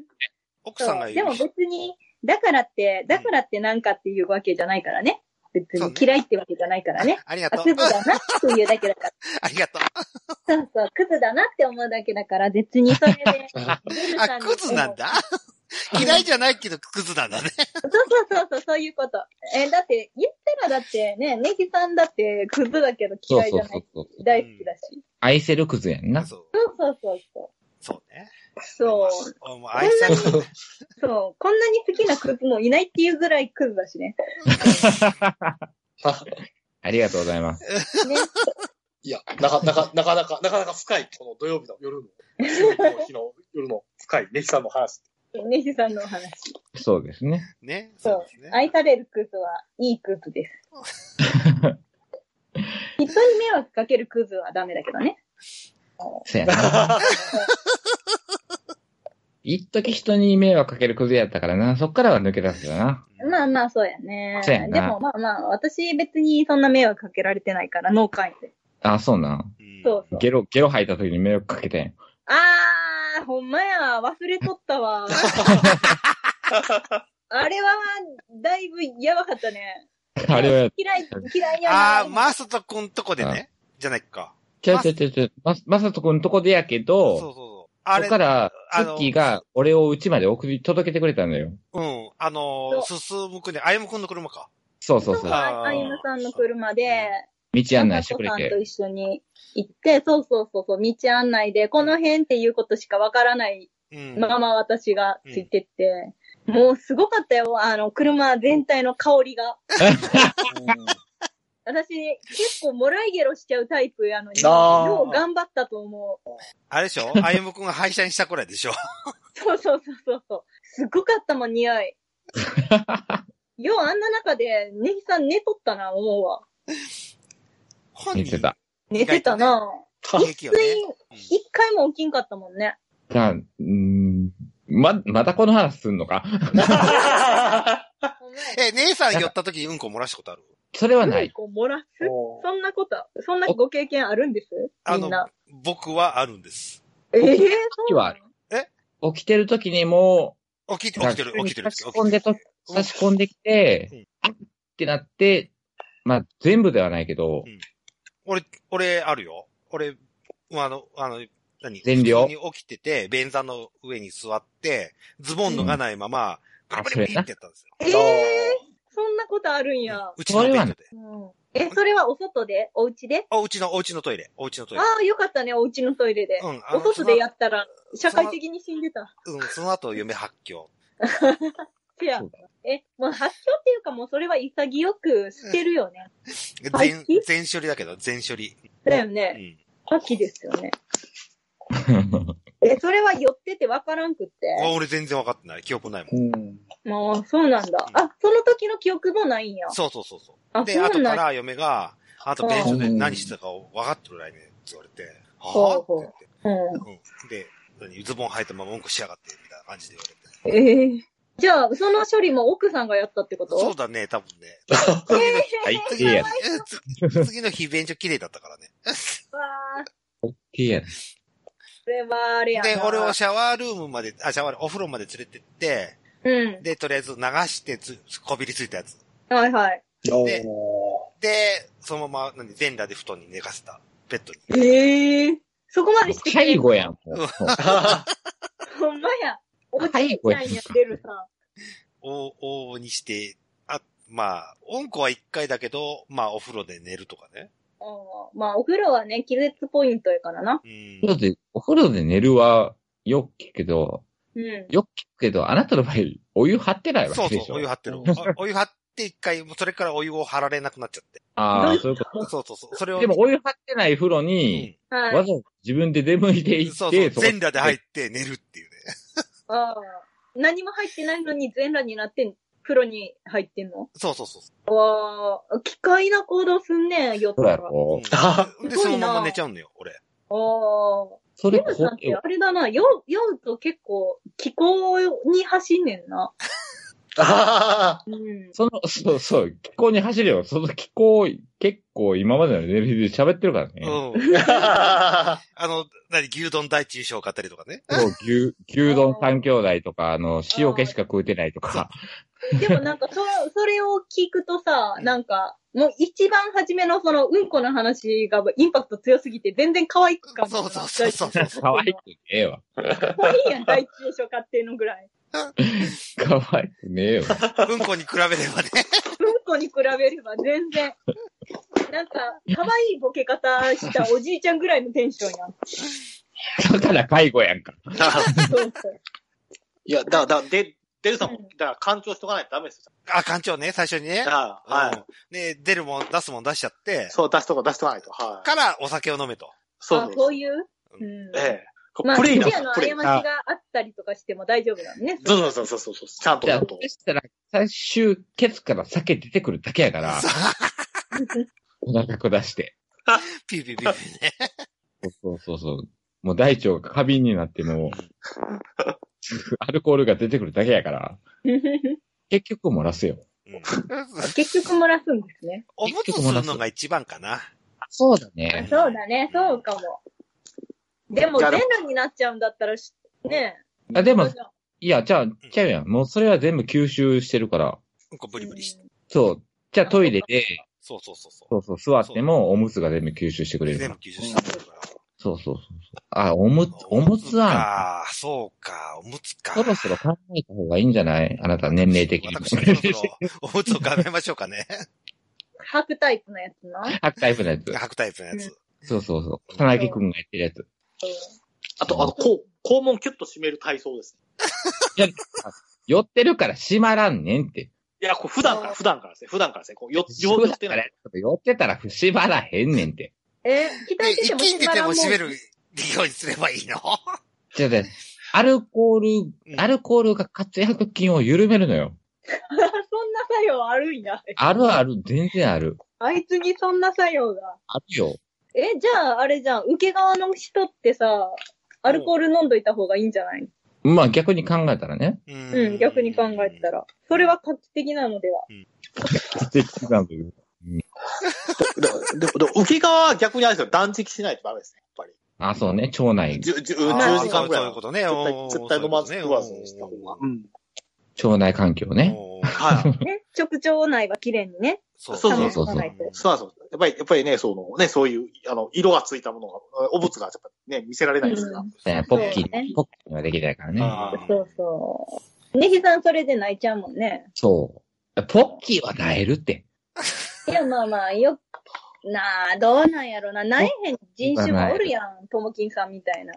奥さんが
そう
い
で
る
も別に、だからって、だからってなんかっていうわけじゃないからね。別
そう
に
ね
嫌いってわけじゃないからね。
ありが
あ、
とう
クズ。だなっていうだけだか
ありがとう。
ら。 そうそう、クズだなって思うだけだから、別にそれで。
あ、クズなんだ。 嫌いじゃないけど、クズなんだ ね。
そうそうそうそう、そういうこと。え、だって、言ったらだってね、ネギさんだってクズだけど
そう
嫌い
そ
じゃ
う
ない。
そうそう。
大好きだし。
愛せるクズやんな。
そう。
そうそうそうそ
そうね。
う。そう。
う。もう愛される。
そう。こんなに好きなクズもいないっていうぐらいクズだしね。
ありがとうございます。
ね。
いや、なかなか、なかなか、なかなか深い、この土曜日の夜の、水曜日の日の夜の深いネヒさんの話。
ネギさんのお話。
そうですね。
ね。
そう
ですね。
愛されるクズはいいクズです。人に迷惑かけるクズはダメだけどね。
そうや な。一時人に迷惑かけるクズやったからな。そっからは抜け出すよな。
まあまあ、そうやね。
そうやな
でもまあまあ、私別にそんな迷惑かけられてないから、脳会で。
あ、そうなん。
うん
そうそう。
ゲロ、ゲロ吐いた時に迷惑かけてん。
あー、ほんまや、忘れとっ たわ。あれは、だいぶやばかったね。
あれは、
嫌い、嫌いやな。
あー、マサト君とこでね。じゃないか。
ちょちょちょちょ、ま、まさとくんとこでやけ
そうそう
ど、
そう。あ
そ
れ
っ、から、ツ
あの
ッキーが俺を家まで送り届けてくれたのよ。
うん。あのー、進むくんね、あゆむくんの車か。
そうそう
そ、
そうう。
あー
あゆむさんの車で、
道案内してく
さこ
れ
さんと
て。
一緒に行って、そうそうそうそう、道案内で、この辺っていうことしかわからない
うん。
まま私がついてって、もうすごかったよ、あの、車全体の香りが。私、結構もらいゲロしちゃうタイプやのに、
あー
よう頑張ったと思う。
あれでしょあゆむくんが廃車にしたくらいでしょ
そうそうそうそうそう。すごかったもん、匂い。ようあんな中で、ネギさん寝とったな、思うわ。
本
言ってた。。
寝てたな。
平気よ
つい
ね。
一回も起きんかったもんね。
が、うーん、ま、またこの話すんのか
ほんまや
え、姉さん寄った時にうんこ漏らしたことある
それはな
うん
い。
こ漏らす
おー
そんなこと、そんなご経験あるんです
あ
み
の
んな。、
僕はあるんです。
ええ
時はある。起きてる時にも
起きて
う、
る、起きてる、起きてる。
差し込んでと、
うん
差し込んできて、あってなって、まあ、全部ではないけど
うん、俺、俺、あるよ。俺、あの、あの、何
全量
普通に起きてて、便座の上に座って、ズボン脱がないまま、ブリブリブリってやったんですよ。
ええそんなことあるんや。
うちのベッドで。
うんえ、それはお外でお家で
あ、うちの、おうちのトイレ。おうちのトイレ。
ああ、よかったね、お家のトイレで。
うん、あ
お
の
外でやったら、社会的に死んでた。
そのうん、その後、嫁発狂。
せや
そう。
え、もう発狂っていうかもうそれは潔くしてるよね。廃
全
棄、
全処理だけど、全処理。
だよ
う
ね。
ん。
覇気ですよね。え、それは寄っててわからんくって。
あ俺全然分かってない。記憶ないもん。
うん
もう、そうなんだ。あ、その時の記憶もないんや。
そうそうそうそう。
あ、
で、
そう
後
なん
か
や。
ら嫁が、あと便所で何してたかを分かってるらいね、って言われて、
ほう
はぁ
ほ
って
うん。
言って。うん。で、何ズボン履いたまま文句しやがって、みたいな感じで言われて。
ええじゃあ、その処理も奥さんがやったってこと
そうだね、多分ね。
はい、い
次
いや
の
つ。
日、次の日、便所綺麗だったからね。
うわ ー
いいやつ。
それはあれやな。
で、俺をシャワールームまで、あ、シャワールームお風呂まで連れてって、
うん。
で、とりあえず流してつ、こびりついたやつ。
はいはい。
で
お
で、そのまま、何、全裸で布団に寝かせた。ベッドに。
ええそこまでしてくれる
介護やん。もう
ー
ほんまや。おじいちゃんやってるさ。
お、往々にして、あ、まあ、温子は一回だけど、まあ、お風呂で寝るとかね。
うんまあ、お風呂はね、気絶ポイントやからな。
うん。
だって、お風呂で寝るは、よく聞くけど、
うん。
よく聞くけど、あなたの場合、お湯張ってないわ
そう
けでしょ。
そう、お湯張ってる
う。
あお湯張って一回、もうそれからお湯を張られなくなっちゃって。
ああ、そういうこ
そうそうそう。それを。
と。でも、お湯張ってない風呂
う
に
ん、。
はい。
わざわざ自分で出向いていって、
そうそう。
そこ
全裸で入って寝るっていうね。
ああ何も入ってないのに全裸になってん、風呂に入ってんの
そうそうそう。
わあ、機械な行動すんねん、よっ
そ
た
うや
ら。あ
ろ
うんで、
すご
その
いな
まま寝ちゃうのよ、俺。
あ。
それ
レムさん
怖
っ
い
て
よ
あ。れだな、酔う、酔うと結構気候に走んねんな。
あ
うん。
その、そうそう、気候に走れよ。その気候、結構今までのレベルで喋ってるからね。
うん。
あ。
あの、何、牛丼大中小買ったりとか ね。
そう牛、牛丼三兄弟と か、あの、塩気しか食うてないとか。
でもなんかそ、それを聞くとさ、なんか、もう一番初めのそのうんこの話がインパクト強すぎて全然可愛く感じな
そ
いう
そうそうそうそう。
可愛くねえわ。
可愛いやん、第一印象勝手のぐらい。
可愛くねえわ。
うんこに比べればね。
うんこに比べれば全然。なんか、可愛いボケ方したおじいちゃんぐらいのテンションやん。
だから介護やんか。
そうそう。
いや、だ、だ、で、デルさんも
うん、
だから、干潮しとかないとダメですよ。
あ、館長ね、最初にね。
はい。はい。
い。ね、出るもん、出すもん出しちゃって、
そう、出しとか、出しとかないと。はい。
からお酒を飲めと。
そう
あ
そう、
そういう。うん。
ええ。こ
まあ、
プレイ
一
な
夜
ん
の過
プレ
ち
イ。
があったりとかしても大丈夫なのね。
そうそうそうそうそう。ちゃんと
じゃあ、
だ
そ
と。
したら、最終、ケツから酒出てくるだけやから、お腹下して。
ピューピューピューピューね。
そうそうそう。もう大腸が過敏になっても、 アルコールが出てくるだけやから、 結局漏らすよ。
うん
結局漏らすんですね。
おむつするのが一番かな。
そうだ
あ
ね。
そうだね、そうかも。でも、
いや
全
でも
裸になっちゃうんだったらし、ね
あで
え。
も
そ、うだ
いや、じゃあ、ちゃうやん。もうそれは全部吸収してるから。
うんこブリブリして。
そう。じゃあトイレで、
そうそうそうそう。
そうそう、座ってもおむつが全部吸収してくれるか
全
ら
部。吸収してくれるから。
そうそうそうそう。あ、おむつ、おむつ案。
ああ、そうか、おむつか。
そろそろ考えた方がいいんじゃないあなた年齢的に。
私もそろそろ、おむつを考えましょうかね。
吐くタイプのやつな。
ハクタイプのやつ。
履くタイプのやつ。
そうそうそう。田中くんがやってるやつ。
あと、あの、こう、肛門キュッと締める体操ですね。
寄ってるから閉まらんねんって。
いや、こう普段から、普段からですね。普段からですね。こう、よ、よ、寄
寄
っ
ってて
な
た
い。
ら、寄ってたら閉まらへんねんって。
えー、鍛
で、
えてて
一
も
気に出
ま
て
らん
も
ん
閉めるようにすればいいの
じゃあね、アルコール、
うん
アルコールが活躍筋を緩めるのよ。
そんな作用あるんや。
あるある、全然ある。
あいつにそんな作用が。
あるよ。
え、じゃあ、あれじゃん、受け側の人ってさ、アルコール飲んどいた方がいいんじゃない
まあ逆に考えたらね。
う
うん、逆に考えた。ら。それは画期的なのでは。
素敵なんだけど
ででで受け側は逆にあれですよ。断食しないとダメですね。やっぱ
あ、そうね、腸内
り。、じゅじゅ
あ
10
ー
時間ぐら
そう
い
いう
は。
ことね。
絶対
う、ん
絶対飲まず、
そういう
食
こ
わ
と
ず
ね
にした方が。うん。
腸内環境
うん
ね。
うん
はい。
ね、直腸内は綺麗にね。
そう
そう
そ
そうう
そ
そううそう
そうなんですよ。やっぱり、やっぱりね、その、ね、そういう、あの、色がついたものが、お物が、やっぱね、見せられないですから。
ねポッキ
そうね
ー、ポッキーはできないからね。
あー
そうそう。ねひさんそれで泣いちゃうもんね。
そう。ポッキーはなえるって。
いや、まあまあ、よなあ、どうなんやろな。なえへん人種もおるやん、ともきんさんみたいな。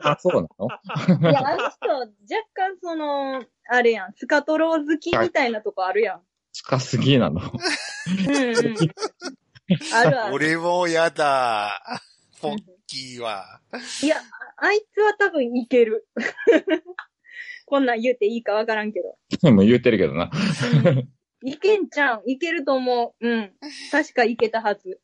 あ、そうなの
いや、あの人、若干その、あれやん、スカトロー好きみたいなとこあるやん。
近すぎなの。
うんうん。あるある。
俺もやだ。ポッキーは。
いや、ああいつは多分いける。 こんなん言うていいかわからんけど。
もう言ってるけどな。
いけんちゃん、いけると思う。うん。確かいけたはず。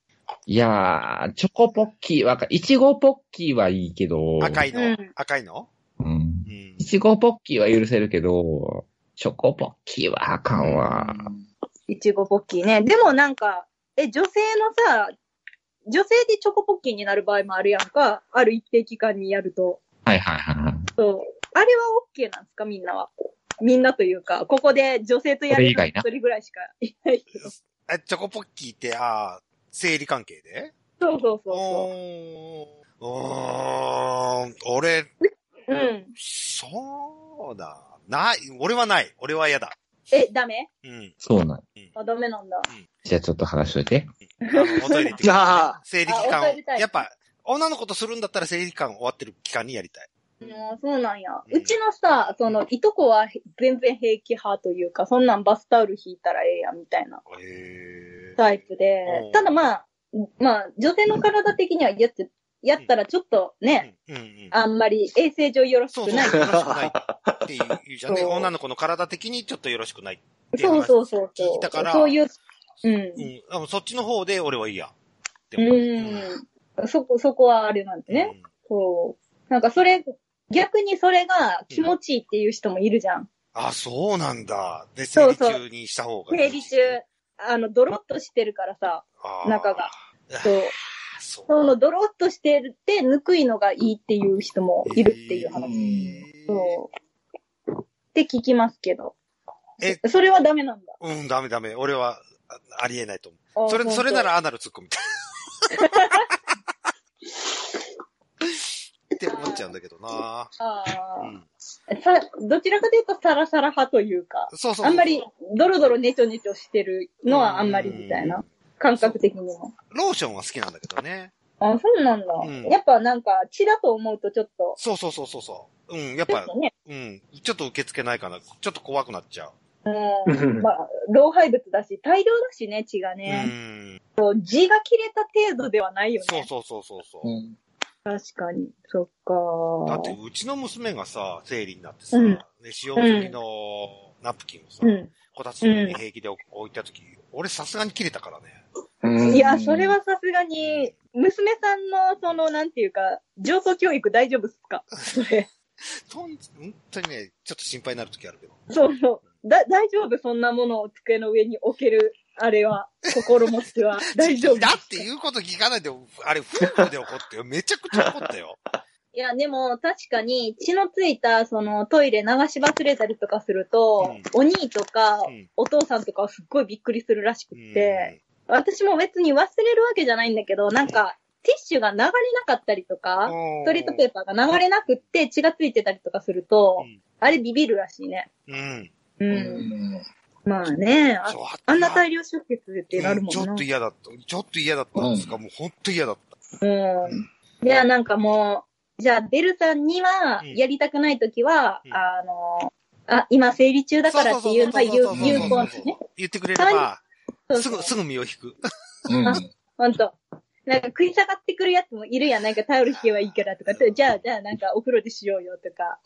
いやー、チョコポッキーはか、いちごポッキーはいいけど、
赤いの、
うん
赤いの
うん
う。ん
い。ちごポッキーは許せるけど、チョコポッキーはあかんわ。
いちごポッキーね。でもなんか、え、女性のさ、女性でチョコポッキーになる場合もあるやんか。ある一定期間にやると。
はいはいはいはい。
そう。あれは OK なんですかみんなは。みんなというか、ここで女性とやる
これ以外な
一人ぐらいしかいないけど。
え、チョコポッキーって、ああ、生理関係で
そうそうそうそ
おーおー俺、
う。うん。
そうだ。ない、俺はない。俺は嫌だ。
え、ダメ
うん。
そうなん。
あ、ダメなんだ。
じゃあちょっと話しといて。
あ のおトイレ行ってくる
あ
生理期
あ
間
おトイレタイ
を。
プ
やっぱ、女の子とするんだったら生理期間終わってる期間にやりたい。
うん、そうなんや。
うん
うちのさ、その、いとこは全然平気派というか、そんなんバスタオル引いたらええやんみたいな
へ
タイプで
うん、
ただまあ、まあ、女性の体的にはやって、やったらちょっとね、
うんうんうん。
あんまり衛生上よろし
そう
く
そう、
ない。
よろしくないっていう言うじゃんね。
そう
女の子の体的にちょっとよろしくないっていう
そう
話。
そうそう
聞い
そ
たか
う。
ら
そういう、うん。
うんあの。そっちの方で俺はいいや。でも
うん。そこ、そこはあれなんでね。そう。なんかそれ、逆にそれが気持ちいいっていう人もいるじゃん。
あ、そうなんだ。で、生
そう
理
そう
中にした方がいい。
生理中、あの、ドロッとしてるからさ、
あー
中が。そう。
そう
そのドロッとしてるって、ぬくいのがいいっていう人もいるっていう話。
えー
そう。って聞きますけど。
え
そそれはダメなんだ。
うん、ダメダメ。俺は、あありえないと思
あ
う。それ、
本当
それならアナル突っ込み たい。って思っちゃうんだけどな。う
ああ
ん。
さ、どちらかというとサラサラ派というか、
そうそう。
あんまりドロドロネチョネチョしてるのはあんまりみたいな。感覚的にも。
ローションは好きなんだけどね。
あ、そうなんだ。
ん
やっぱなんか血だと思うとちょっと、
そうそうそうそうそう。うん、やっ
ちょっ
ぱ、
とね、
うん、ちょっと受け付けないかな。ちょっと怖くなっちゃう。
うんまあ、老廃物だし、大量だしね、血が
う
ね。
ん。
こう血が切れた程度ではないよ
そう
ね。
そうそうそうそうう。
ん。
確かに。そっか
だ
ー
って、うちの娘がさ、生理になってさ、
うん
ね、使用済みのナプキンをさ、
う
こたつに平気で置いたとき、俺さすがに切れたからね。
ん。いや、それはさすがに、娘さんの、その、なんていうか、上層教育大丈夫っすかそれ。
とん、本当にね、ちょっと心配になるときあるけど。
そうそう。だ、大丈夫そんなものを机の上に置ける、あれは、心持ちは。大丈夫。
だって言うこと聞かないで、あれ、夫婦で怒ってよ。めちゃくちゃ怒ったよ。
いや、でも、確かに、血のついた、その、トイレ流し忘れたりとかすると、お兄とか、
うん
お父さんとかはすっごいびっくりするらしく
うん
って、私も別に忘れるわけじゃないんだけど、なんか、ティッシュが流れなかったりとか、
うん
トイレットペーパーが流れなくって血がついてたりとかすると、
うん
あれビビるらしいね。
うん。
う
う。
んん。
まあね、あ
そう
あんな大量出血ってなるも
うんんちょ
な
っと。嫌だった。ちょっと嫌だったんですか、もう本当嫌だった。
うん。じゃあなんかもう、じゃあベルさんには、
うん
やりたくないときは、
うん
あの、あ、今生理中だからっていうのは有
そうそうそうそうそ
有
う
効
そ
な
う
の
そう
ね。
言ってくれれば、
そ
す
うそう
ぐ、すぐ身を引く。
うん。
ほんと。なんか食い下がってくるやつもいるやん。なんかタオル引けばいいからとか。じゃあ、じゃあなんかお風呂でしようよとか。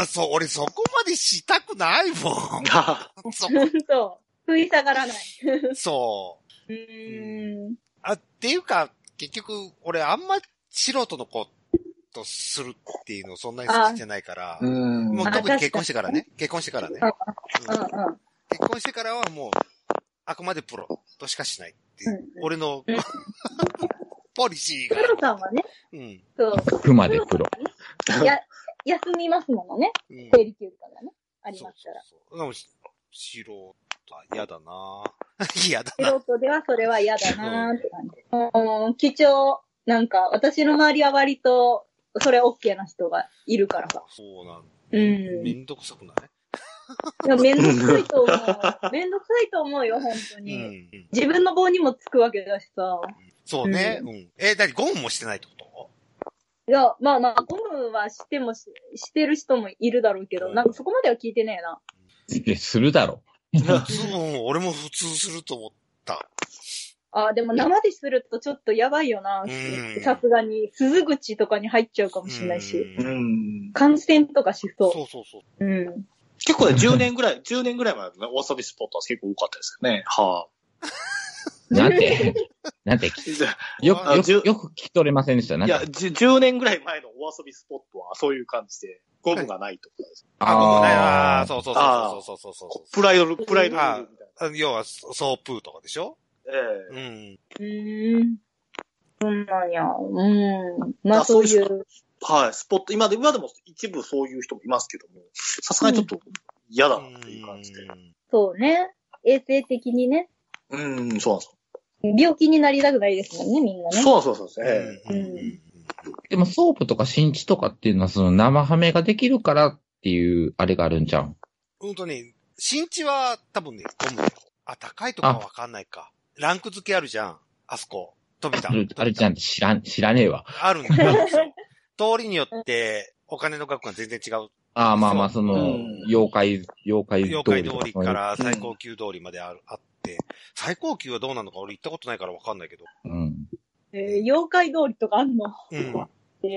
あ、そう、俺そこまでしたくないも ん。そ
ほんと。食い下がらない。
そう。
うーん。
あ、っていうか、結局、俺あんま素人の子とするっていうのをそんなに好きじゃないから、
うん。
もう
あ
特に結婚してからね。結婚してからね。
う
うん
んうん。
結婚してからはもう、あくまでプロとしかしないっていう、
うん
俺の
うん、
ポリシー
プ
が。
ロさんはね、
うん。
そう。
熊で黒。
や、休みますものね。
うん。
生理休暇がね。ありますから。
そうそうそう。でも、し素人は嫌だな 嫌だな。
素人ではそれは嫌だなーって感じ。うん、貴重。なんか、私の周りは割と、それ OK な人がいるからさ。
そうなん
う
め
ん。
んどくさくない
でもめんどくさいと思 う。めんどくさいと思うよ、本当
う
に。
ん。うん
自分の棒にもつくわけだしさ。
そうね。
う
うん。え、だにゴンもしてないってこ
いや、まあまあ、ゴムはしてもし、してる人もいるだろうけど、なんかそこまでは聞いてねえな。
いやするだろ。
と普通、うん、俺も普通すると思った。
あーでも生でするとちょっとやばいよな
うん。
さすがに、鈴口とかに入っちゃうかもしれないし。
うん
ん。
感染とかし
そ
そう
そうそう。
う。うん。
結構ね、10年ぐらい、10年ぐらい前のね、お遊びスポットは結構多かったですよね。は
なんて、なんて、
あ。
よ
あ
く、よく、よく聞き取れませんでした。なん
い
て
や、じゅ10年ぐらい前のお遊びスポットはそういう感じで、ゴムがないとかです。
あ、ゴンもないな。あー
ー
そうそうそうそうそうそうそう
プライドル、プライドルールみたい
あ要は、ソソープーとかでしょ
な。ええ
うん。
うーん。そんなんや。うん。まあ
あそ
そうう
いう
いう。
はい、スポット、今で、今でも一部そういう人もいますけども、さすがにちょっと嫌だなっていう感じで。
そうね。衛生的にね。
うん、ん、そうなんですよ。
病気になりたくないですもんね、みんなね。
そうなんですよ、そううなんですよ。ええ
んうん
でもソープとか新地とかっていうのはその生ハメができるからっていうあれがあるんじゃん。
うんとね、新地は多分ね、ゴムだよ。あ、高いとかはわかんないか。ランク付けあるじゃん。あそこ。飛びた。
あるあれじゃん、知らん、知らねえわ。
あるんだ。あるんですよ通りによって、お金の額が全然違う。
ああ、まあまあ、
そ
その
うん、
妖怪、妖怪
妖
通
怪
りと
通
か
り
そういう
から最高級通りまであるあって、最高級はどうなのか俺行ったことないからわかんないけど。
うん。
えー妖怪通りとかあんの
うん。
えー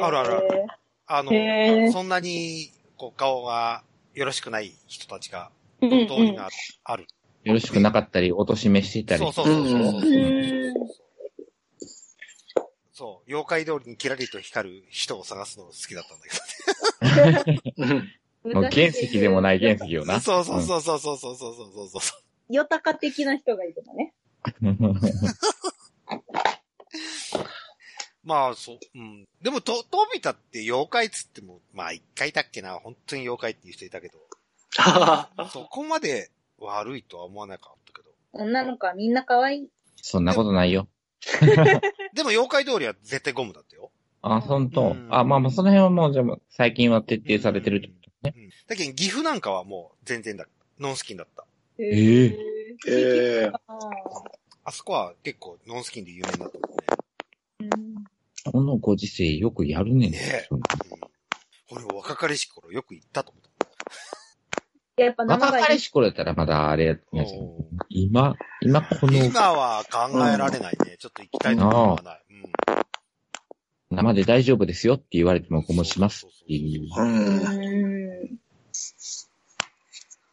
あるあるあるあの、
へー
そんなに、こう、顔がよろしくない人たちが、
うん
通り
うん
がある。
よろしくなかったり、おとしめしていたり。
そうそうそうそう
うん
そう、妖怪通りにキラリと光る人を探すのが好きだったんだけど。
もう原石でもない原石よな。
そうそうそうそうそうそうそうそうそうそ
ヨタカ的な人がいるのね。
う。まあ、そう、うん。でも、と、とびたって妖怪っつっても、まあ、一回いたっけな、本当に妖怪っていう人いたけど、そこまで悪いとは思わなかったけど。
女の子はみんな可愛い。
そんなことないよ。
でも、妖怪通りは絶対ゴムだったよ。
あ、ほん
う
と
ん。
あ、まあまあ、その辺はもう、じゃあもう最近は徹底されてるってことね。
うん。だけど、岐阜なんかはもう全然だ。ノンスキンだった。
ええ
え え
ええ
あそこは結構ノンスキンで有名になったもんね。
このご時世よくやるねん。
ねえうん。俺、若かりしき頃よく行ったと思った。
やっぱ
若
生が
かり
いい。
し頃やったらまだあれやってないですけど
おー
今、今この
今は考えられないね。ちょっと行きたいと思わない。うん。
生で大丈夫ですよって言われても、もうしますっていう。
うん。
うん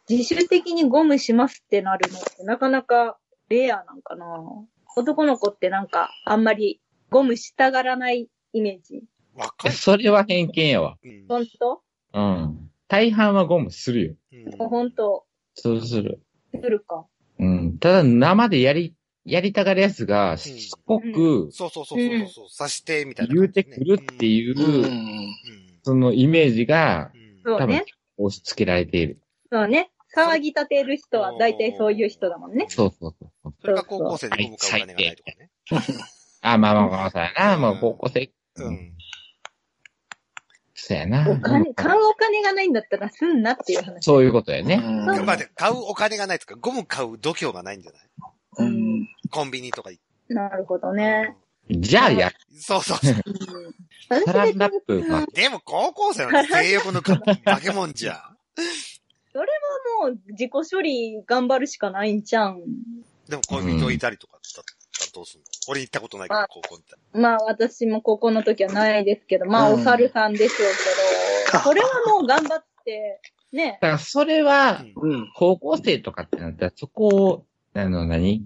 自主的にゴムしますってなるのってなかなかレアなんかな。男の子ってなんかあんまりゴムしたがらないイメージ。
若い。
それは偏見やわ。
うん。
本当
うん。大半はゴムするよ。
本当
そうする。
来るか。
うん。ただ、生でやり、やりたがるやつが、しつこく
そうそうそうそうそう。刺して、みたいな
言
感
う
じね。
てくるっていうう、
ん。
うん。
そのイメージが、
うん。
そう
多分
ね。
押し付けられている。
そうね。騒ぎ立てる人は大体そういう人だもんね。
そうそうそうそう。
それが高校生でゴム買うお金がないとかね。
あ、まあまあまあ、そうやな。もう高校生、
う
うん
ん。
そうやな。
お金、買うお金がないんだったらすんなっていう話。
そういうことやね。
でも待って、買うお金がないとか、ゴム買う度胸がないんじゃない
うん。
コンビニとか行っ
なるほど
て。
ね。
じゃあや、
うんそうそうそう。
私
サラ
別
ンラッ
に
プは、
でも高校生の性欲の化け物じゃん。
もう自己処理頑張るしかないんじゃん。
でも恋人いたりとかだったらどうすんの、俺行ったことないけど、高校に行ったら。
まあ私も高校の時はないですけど、まあ
うん
お猿さんでしょうけど、それはもう頑張って、ね
だ。からそれは、
うん。
高校生とかってなったら、そこを、あの、何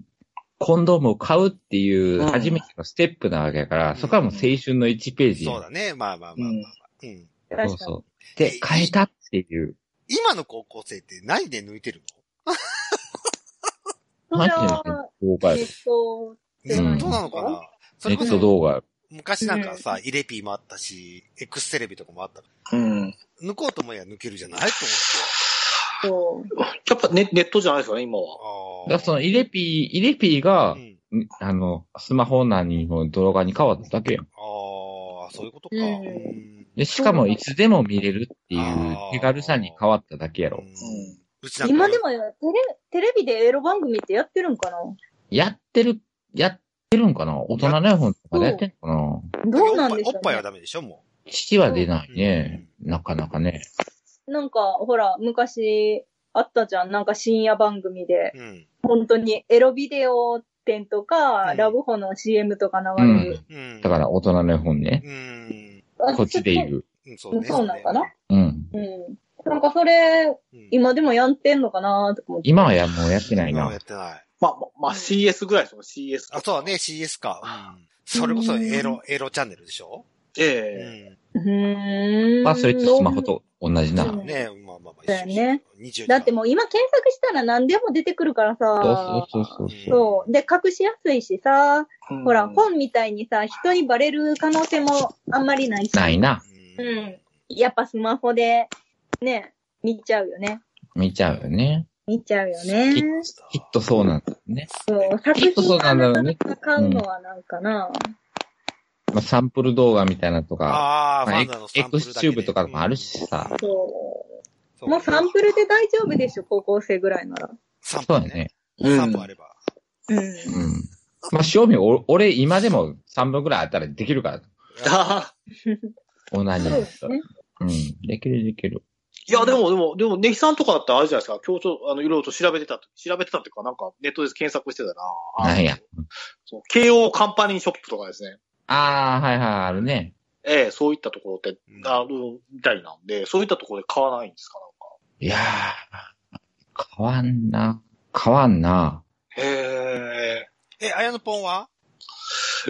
コンドームを買うっていう、
うん
初めてのステップなわけやから、
うん
そこはもう青春の1ページや。
そうだね。まあまあまあまあ、まあうん
確
そう
か
そう。
かに
で、変えたっていう。
今の高校生って何で抜いてる
に。そ
マ
れ
ジで
は、
動画
え
や
っと、
の
うん
ネットなのかなそ
ネ
れこ
ッ
そ
ト動画。
昔なんかさ、イレピーもあったし、X テレビとかもあったか
うん。
ら抜こうと思えば抜けるじゃないと
そう
やっぱネネットじゃないですかね、今
だ
は。
思っ
か
て。あ
らその、イレピー、イレピーが
う、ん。
あの、スマホなにも動画に変わっただけやん。
ああ、そういうことか。
うん
うん
で、しかもいつでも見れるっていう
あー
手軽さに変わっただけや
う
ろ。
んうち
今で
も、
もテレテレビでエロ番組ってやってるんかな
やってる、やってるんかな大人の絵本とかでやってんのかな
どうなんでし
お
ょう、ね、
っぱいはダメでしょ、も
父は出ないね。なかなかね。
なんか、ほら、昔あったじゃん。なんか深夜番組で、
う。うん。
本当にエロビデオ店とか、
うん
ラブホの CM とか
う
流れる
ん。。
うん。
だから大人の絵本ね。
うん。
あ
こっちでい。る。
うん、そうね。
そうなのかな
うん。
うん。なんかそれ、
うん
今でもやってんのかなとか思って。
今はや、もうやってない
今は
な
やっ。てない。
まあ、まあ、CS ぐらいですよ、CS とか
あ、そうだね、。CS か。うん。それこそエロ、エロチャンネルでしょう
え
ん。
え。
うーん。
まあ、それってスマホと同じな。
う
そ
ん
う
ねまあまあまあ、
だよね
一緒一緒。
だってもう今検索したら何でも出てくるからさ。
そうそうそう。
そう。で、隠しやすいしさ、
うん
ほら、本みたいにさ、人にバレる可能性もあんまりないし。
ないな。
う
うんん。やっぱスマホで、ね、見ちゃうよね。
見ちゃうよね。
見ちゃうよ
き
ね。
きっとそうなんだよね。
そう、作
きっとそ
品
うな
が
んだ
な
ろう
か
ね
なか買うのはなんかな。
まあ、サンプル動画みたいなのとか、
ああ、フ
まあ
ァンなのサンプルだけで。
X チューブとかもあるしさ
うん
そう。
そ
もうサンプルで大丈夫でしょ、高校生ぐらいなら。
サンプ
そう
ル
だね。。
うん
サンプルあれば。
うん。
うん。まあ、正味、お俺、今でも3分くらいあったらできるから。
あ
同じ
そうですね。
うん。できるできる。
いや、でも、でも、でも、ネヒさんとかだったらあれじゃないですか。今日ちょっと、あの、いろいろと調べてたと、調べてたっていうか、なんか、ネットで検索してたら、あ
なんや。
そう、KO カンパニーショップとかですね。
ああ、はいはい、あるね。
ええ、そういったところって
う、ん
あの、みたいなんで、そういったところで買わないんですか、
いやー、変わんな。変わんな。
なんか。へえ。
え、あやのぽんは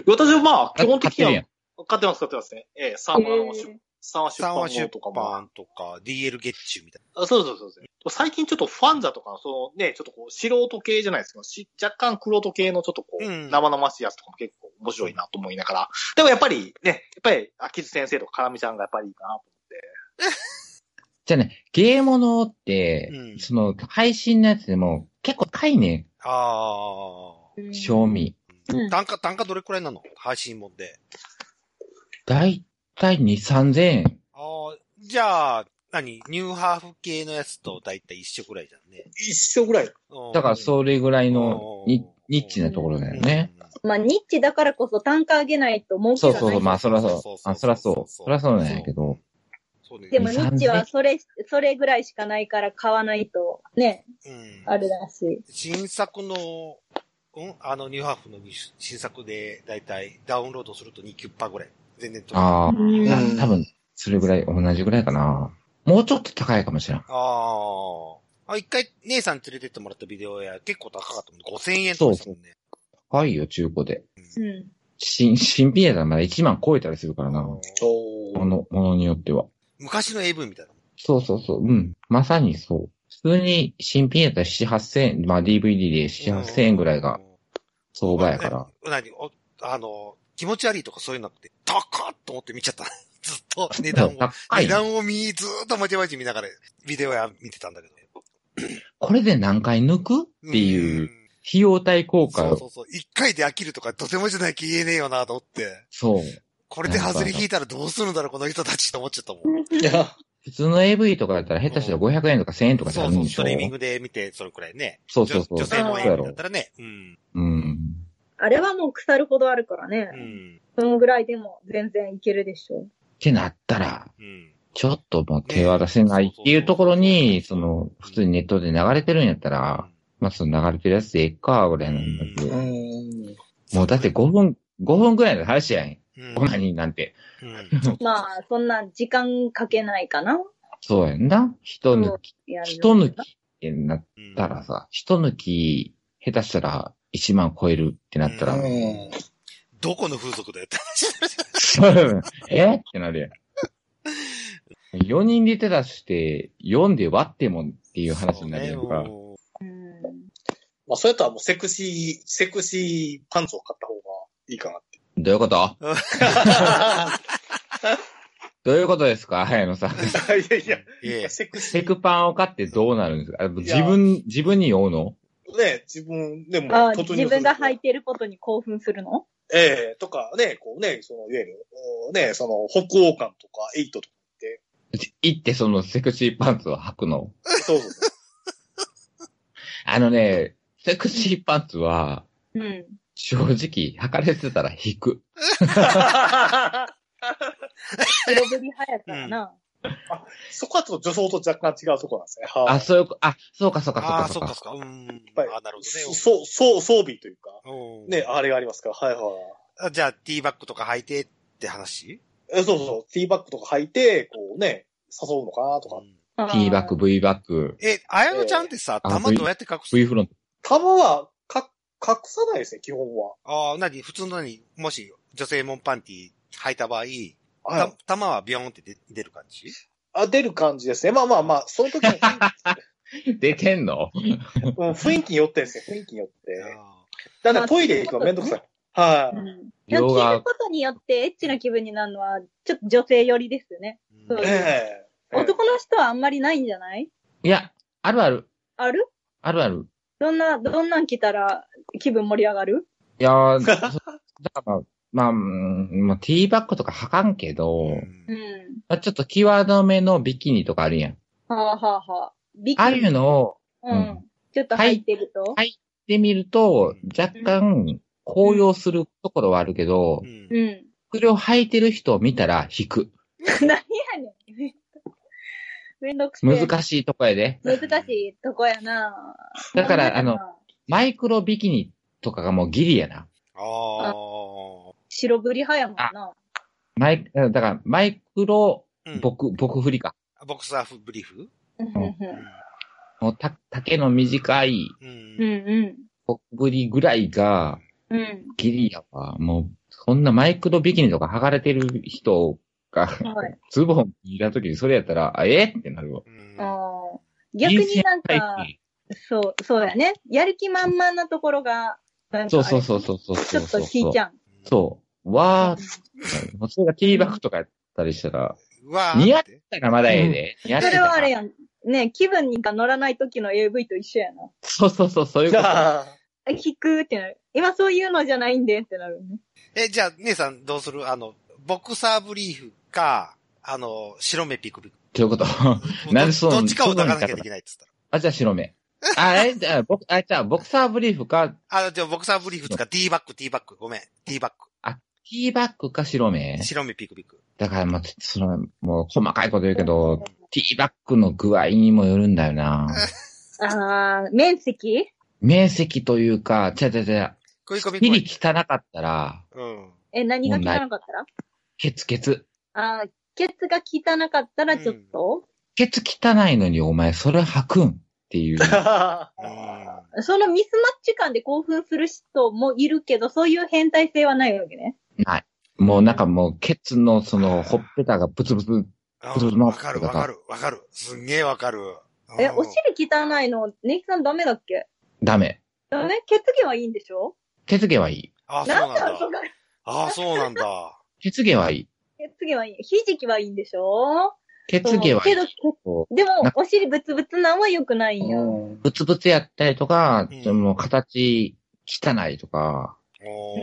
私はまあ、基本
買っ
的に
てるや
は
ん、
買ってます、買ってますね。ええ、3話出、三話出
三
版
話出
本とかも。
版とか、DL 月中みたい
あそうそうそうそう。最近ちょっとファンザとか、そのね、ちょっとこう、素人系じゃないですけど、し若干黒人系のちょっとこう、
うん
生々しいやつとかも結構面白いなと思いながら。でもやっぱりね、やっぱり、秋津先生とか、絡みちゃんがやっぱりいいかなと。
じゃあね、ゲームのって、
うん
その、配信のやつでも、結構高いね、
な。あ
うん
賞味。
うん
あ。単価、単価どれくらいなの配信もんで。
だいたい2、3000円。
ああ、じゃあ、何ニューハーフ系のやつとだいたい一緒くらいじゃんね。
一緒ぐらい。
うん
だから、それぐらい
お
の
ー
ニニッチなところだよね。。
うん
まあ、ニッチだからこそ単価上げないと儲
そう
けが
そ
な
う
い。
そう、まあ、そらそう。あ、そらそう。そらそうなんやけど。
そうね。
でも、
2
ニ
3000
ッチはそれ、それぐらいしかないから買わないと、ね、
うん
あれだし。
新作の、うんあの、ニューハーフの新作で、だいたいダウンロードすると2キュッパーぐらい。全然取れる
ああ、
うん
うん
多分、それぐらい、同じぐらいかな。もうちょっと高いかもしれん。
ああ。あ、一回、姉さんに連れてってもらったビデオ屋、結構高かったもん。5000円とかしたもんね。
高いよ、中古で。
うん。
新、新品やったらまだ1万超えたりするからな。も
うん
おー
の、ものによっては。
昔の AV みたいなもん。
そうそうそう、うん。まさにそう。普通に新品やったら7、8000円、まあ DVD で7、8000円ぐらいが相場やから。
うん。何おあの、気持ち悪いとかそういうのなくて、高っと思って見ちゃった。 ずっと値段を、
高
値
いね。
段を見、ずーっとまちまち見ながら、ビデオ屋見てたんだけど。
これで何回抜くっていう、
ん
費用対効果
そう
よ
そうそう。一回で飽きるとか、とてもじゃないき言えねえよなと思って。
そう。
これで外れ引いたらどうするんだろう、この人たちと思っちゃったもん。
いや、
普通の AV とかだったら下手したら500円とか1000円とかで
そ
あ
う
る
そう、
んで
ス
しょ
トリーミングで見て、それくらいね。
そうそうそう。
女女性の
そう
映
や
画
ろ
だったらね。うん。
うん。
あれはもう腐るほどあるから
う
ね。
ん。
そのぐらいでも全然いけるでし
っ
ょ
てなったら、
うん。
ちょっともう手は出せないっていうところに、その、普通にネットで流れてるんやったら、まあその流れてるやつでええか、ぐらいなんだけ
う
ど、
ん。
もうだって5分、5分ぐらいの話やん。
うん、
こんなになんて。
うん
う。まあ、そんな時間かけないかな。
そうやんな。人抜き、
やる
人抜きってなったらさ、人抜き、下手したら1万超えるってなったら、
うどこの風俗だよって。
えってなるやん。4人で手出して、4で割ってもっていう話になるやんか。
そうね
うん
まあ、それとはもうセクシー、セクシーパンツを買った方がいいかなって。
どういうこと どういうことですか早野さん。
いやいや、
うんいえいえ
セクシ
セ
ー。
クパンを買ってどうなるんですかあ
や
自分、自分に酔うの
ね、自分でも
あ
突入する
自分が履いてることに興奮するの
ええとかね、こうね、その、いわゆる、おね、その、北欧館とか、エイトとか。
行ってそのセクシーパンツを履くの。
そう そうそう。
あのね、セクシーパンツは、
うん。
正直、履かれてたら引く。
白ぶり早さかな。
そこはちょっと女装と若干違うところなんですね。はい
あ、そういうこ、あ、そうかそうかそう
ああ、
か
そ
そうう
か
か。
そうか。うん。
ぱり
あなるほどね。
そう、そう、装備というか、
うん。
ね、あれがありますから、はいはい。
あじゃあ、ティーバッグとか履いてって話
えそうそう、ティーバッグとか履いて、こうね、誘うのかなとか
う。ん
あ
T バック、V バック、
え、あやのちゃんってさ、
ええ
玉どうやって隠す
V フロント。
玉は、か、隠さないですね、基本は。
ああ、なに普通のに、もし女性モンパンティ履いた場合、
は
た
い。
玉はビヨーンって出出る感じ
あ、出る感じですね。まあまあまあ、その時の雰
出てんの
囲気うん雰囲気によってですね、雰囲気によって。
あ
だからトイレ行くのめんどくさい。はい、
うん。着る
両側
ことによってエッチな気分になるのは、ちょっと女性寄りですよね。
ーうん
そう
ええ
男の人はあんまりないんじゃない
いや、あるある、
ある
あるある。
どんな、どんなん着たら気分盛り上がる
いや ー、だから、まあ、うんまあ、T バックとか履かんけど、
うん
うん。
まあ、ちょっと際どめのビキニとかあるやん。
はあはあはあ。ビキ
ああいう
ニ。
のを、う
う。
ん
ちょっと入ってると。
はいってみると、若干、高揚するところはあるけど
う、ん
うん。
それを履いてる人を見たら引く。
何やねん。 めんどくせえ。
難しいとこやで。
難しい。とこやな
だか
考
ら、
え
あ
たな
の、マイクロビキニとかがもうギリやな。
ああ。
白ぶり派やもんな。
マイ、だから、マイクロ、
うん
僕、僕振りか。
ボクサーフブリーフ
うんう
もう、た、丈の短い、
うん
ん。うん
僕振りぐらいが、
うん。うん。
ギリやわ。もう、そんなマイクロビキニとか剥がれてる人が、
はい。
ズボン見たときにそれやったら、あえってなるわ。
うん
あー逆になん
人生、
か
体
そう、そうやね。やる気満々なところが、なんかあれ
系そうそうそうそうそう
ち
そ
ょ
う
っ
そ
と
う。
引いちゃう。
そう。わーってなるもうそれがティーバックとかやったりしたら、
うわ
似
ー
合
っ。
ってたらまだええで。似合っ
そ
て
れ
た
はあれ
ら。
やん。ね、気分にが乗らない時の AV と一緒やな。
そうそうそう、そう いうこと。
あ
あ引くってなる。今そういうのじゃないんでってなるね。
え、じゃあ、姉さんどうするあの、ボクサーブリーフか、あの、白目ピクピ
そういうこと。
ク。
なんでそ
ど
う
どっちかを抱かなきゃいけないって言っ
あ、じゃあ白目。あ、え、じゃあ、僕、あ、じゃあ、ボクサーブリーフか、
たら。あ、じゃあボクサーブリーフとか T バック、T バック。ごめん。T バック。
ティーバックか白目。
白目ピクピク。
だからもう、その、もう細かいこと言うけ ど、ティーバックの具合にもよるんだよな。
あー、面積
面積というか、ちゃちゃちゃ、
食い込み
ピ
食
リ
い。
汚かったら、
うん。
え、何が汚かったら
ケツケツ。
あー、ケツが汚かったらちょっと、
ケツ汚いのにお前それ吐くんっていう。
あ。
うん
そのミスマッチ感で興奮する人もいるけど、そういう変態性はないわけね。
ない。もうなんかもう、ケツのその、ほっぺたがブツブツ。
あ
ブルーノ
わ
ー
か
ト
る
とか
わかるわかる。すんげえわかる。
え、
うん
お尻汚いの、ネイキさんダメだっけ
ダメ。
ダメ血毛はいいんでしょ
ケツ毛はいい。
あ、そう
な
なんん
であそ
だ
こ。が
あ、そうなんだ。
ケツ毛はいい。
血毛はいい。ひじきはいいんでしょ
ケツ毛は
け
いい
ど、。
こ
でも
な、
お尻ブツブツなんは良くないんよ。
うブツブツやったりとか
うん、
その形汚いとか。
お
うん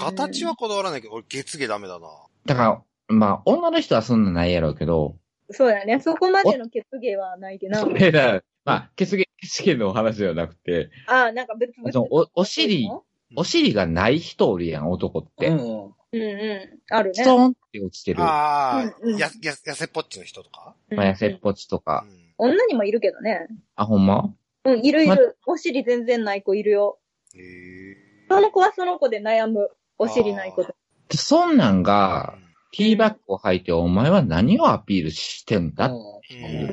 ー形はこだわらないけど、俺、月毛ダメだな。
だから、まあ、女の人はそんなないやろうけど、
そうだね。そこまでの血芸はないでな
そ。れだ、 まあ、血芸、血芸のお話ではなくて、
ああ、なんかブツブツ
そのおお尻
うん
お尻がない人おるやん、男って。
うん。
うんうん。ある
ス
ね。
トーンって落ちてる。
ああ、
うんうん
や、や、痩せっぽっちの人とか
まあ、痩せっ
うん
ぽちとか。
うん
女にもいるけどね。
あ、ほんま
うん、いるい
ま
る。お尻全然ない子いるよ。
へえ
その子はその子で悩む。お尻ない子と。
でそんなんが、ティーバッグを履いて、お前は何をアピールしてんだ、
うん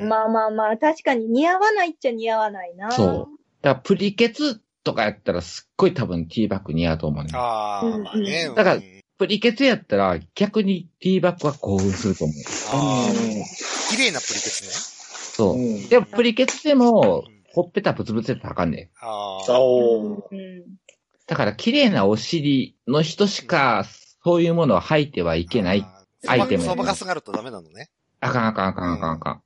うん
まあまあまあ、確かに似合わないっちゃ似合わないな。
そうだから、プリケツとかやったら、すっごい多分ティーバッグ似合うと思うねん。
ああ、まあね。
うん
うん
だからプリケツやったら、逆にティーバッグは興奮すると思う。
あー綺麗なプリケツね。
そうう。
ん。
でも、プリケツでも、ほっぺたブツブツやったらあかんねん。
ああ。
おー。
うん。
だから、綺麗なお尻の人しか、そういうものを吐いてはいけない。
あー。
アイテム
そばかすがるとダメなのね。
あかんあかんあかんあかんあかん。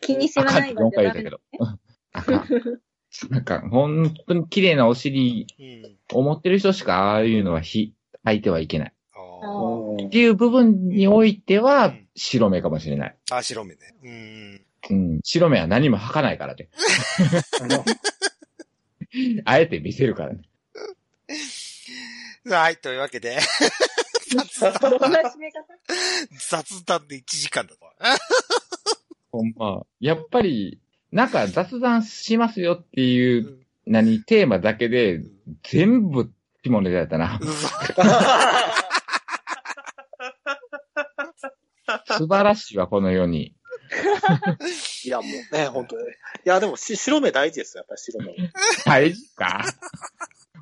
気にし
あ
は
かん
な
って
い
4
の
回言ったけど。あかん。なんか、本当に綺麗なお尻
うん。
を持ってる人しか、ああいうのはひ吐いてはいけない。
あ
あ
っていう部分において
う
は
ん、
白目かもしれない。
ーあー、白目ね。うん。
うん。白目は何も吐かないからね。あえて見せるからね。
はい、というわけで、
ダメ。どんな締め方
雑談で1時間だと。
ほんま。やっぱり、なんか雑談しますよっていうう、
ん
何、テーマだけで、全部、下ネタやっ たな。
嘘
素晴らしいわ、この世に。
いや、もうね、本当に。いや、でも、し白目大事ですよ、やっぱり白目。
大事か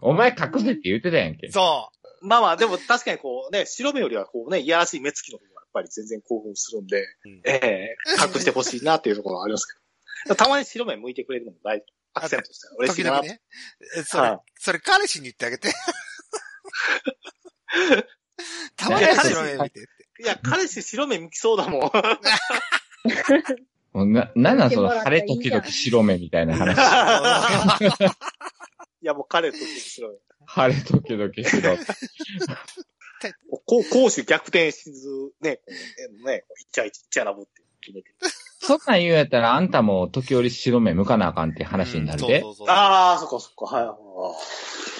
お前隠せって言ってたやんけ。
そ
まあまあ、でも確かにこうね、白目よりはこうね、いやらしい目つきの方がやっぱり全然興奮するんで、
う。うん
ええ隠してほしいなっていうところはあります けど。たまに白目向いてくれるのも大事。アクセントとしては嬉し
時
いな
々
って。
ね。えそれ、
はい
それ彼氏に言ってあ げて。たまに白目見てって。
いや、彼氏白目向きそうだもん。
もうな、なんなんその晴れ時々白目みたいな話。
いや、もう彼と白目。
晴れ時々白目。
こう、攻守逆転しず、ね、こうね、こうイチャイチャイチャラブって決めてる。
そんなん言うんやったら、あんたも時折白目向かなあかんって 話になるで。
うん そうそうそう
ああ、そっかそっか、はいは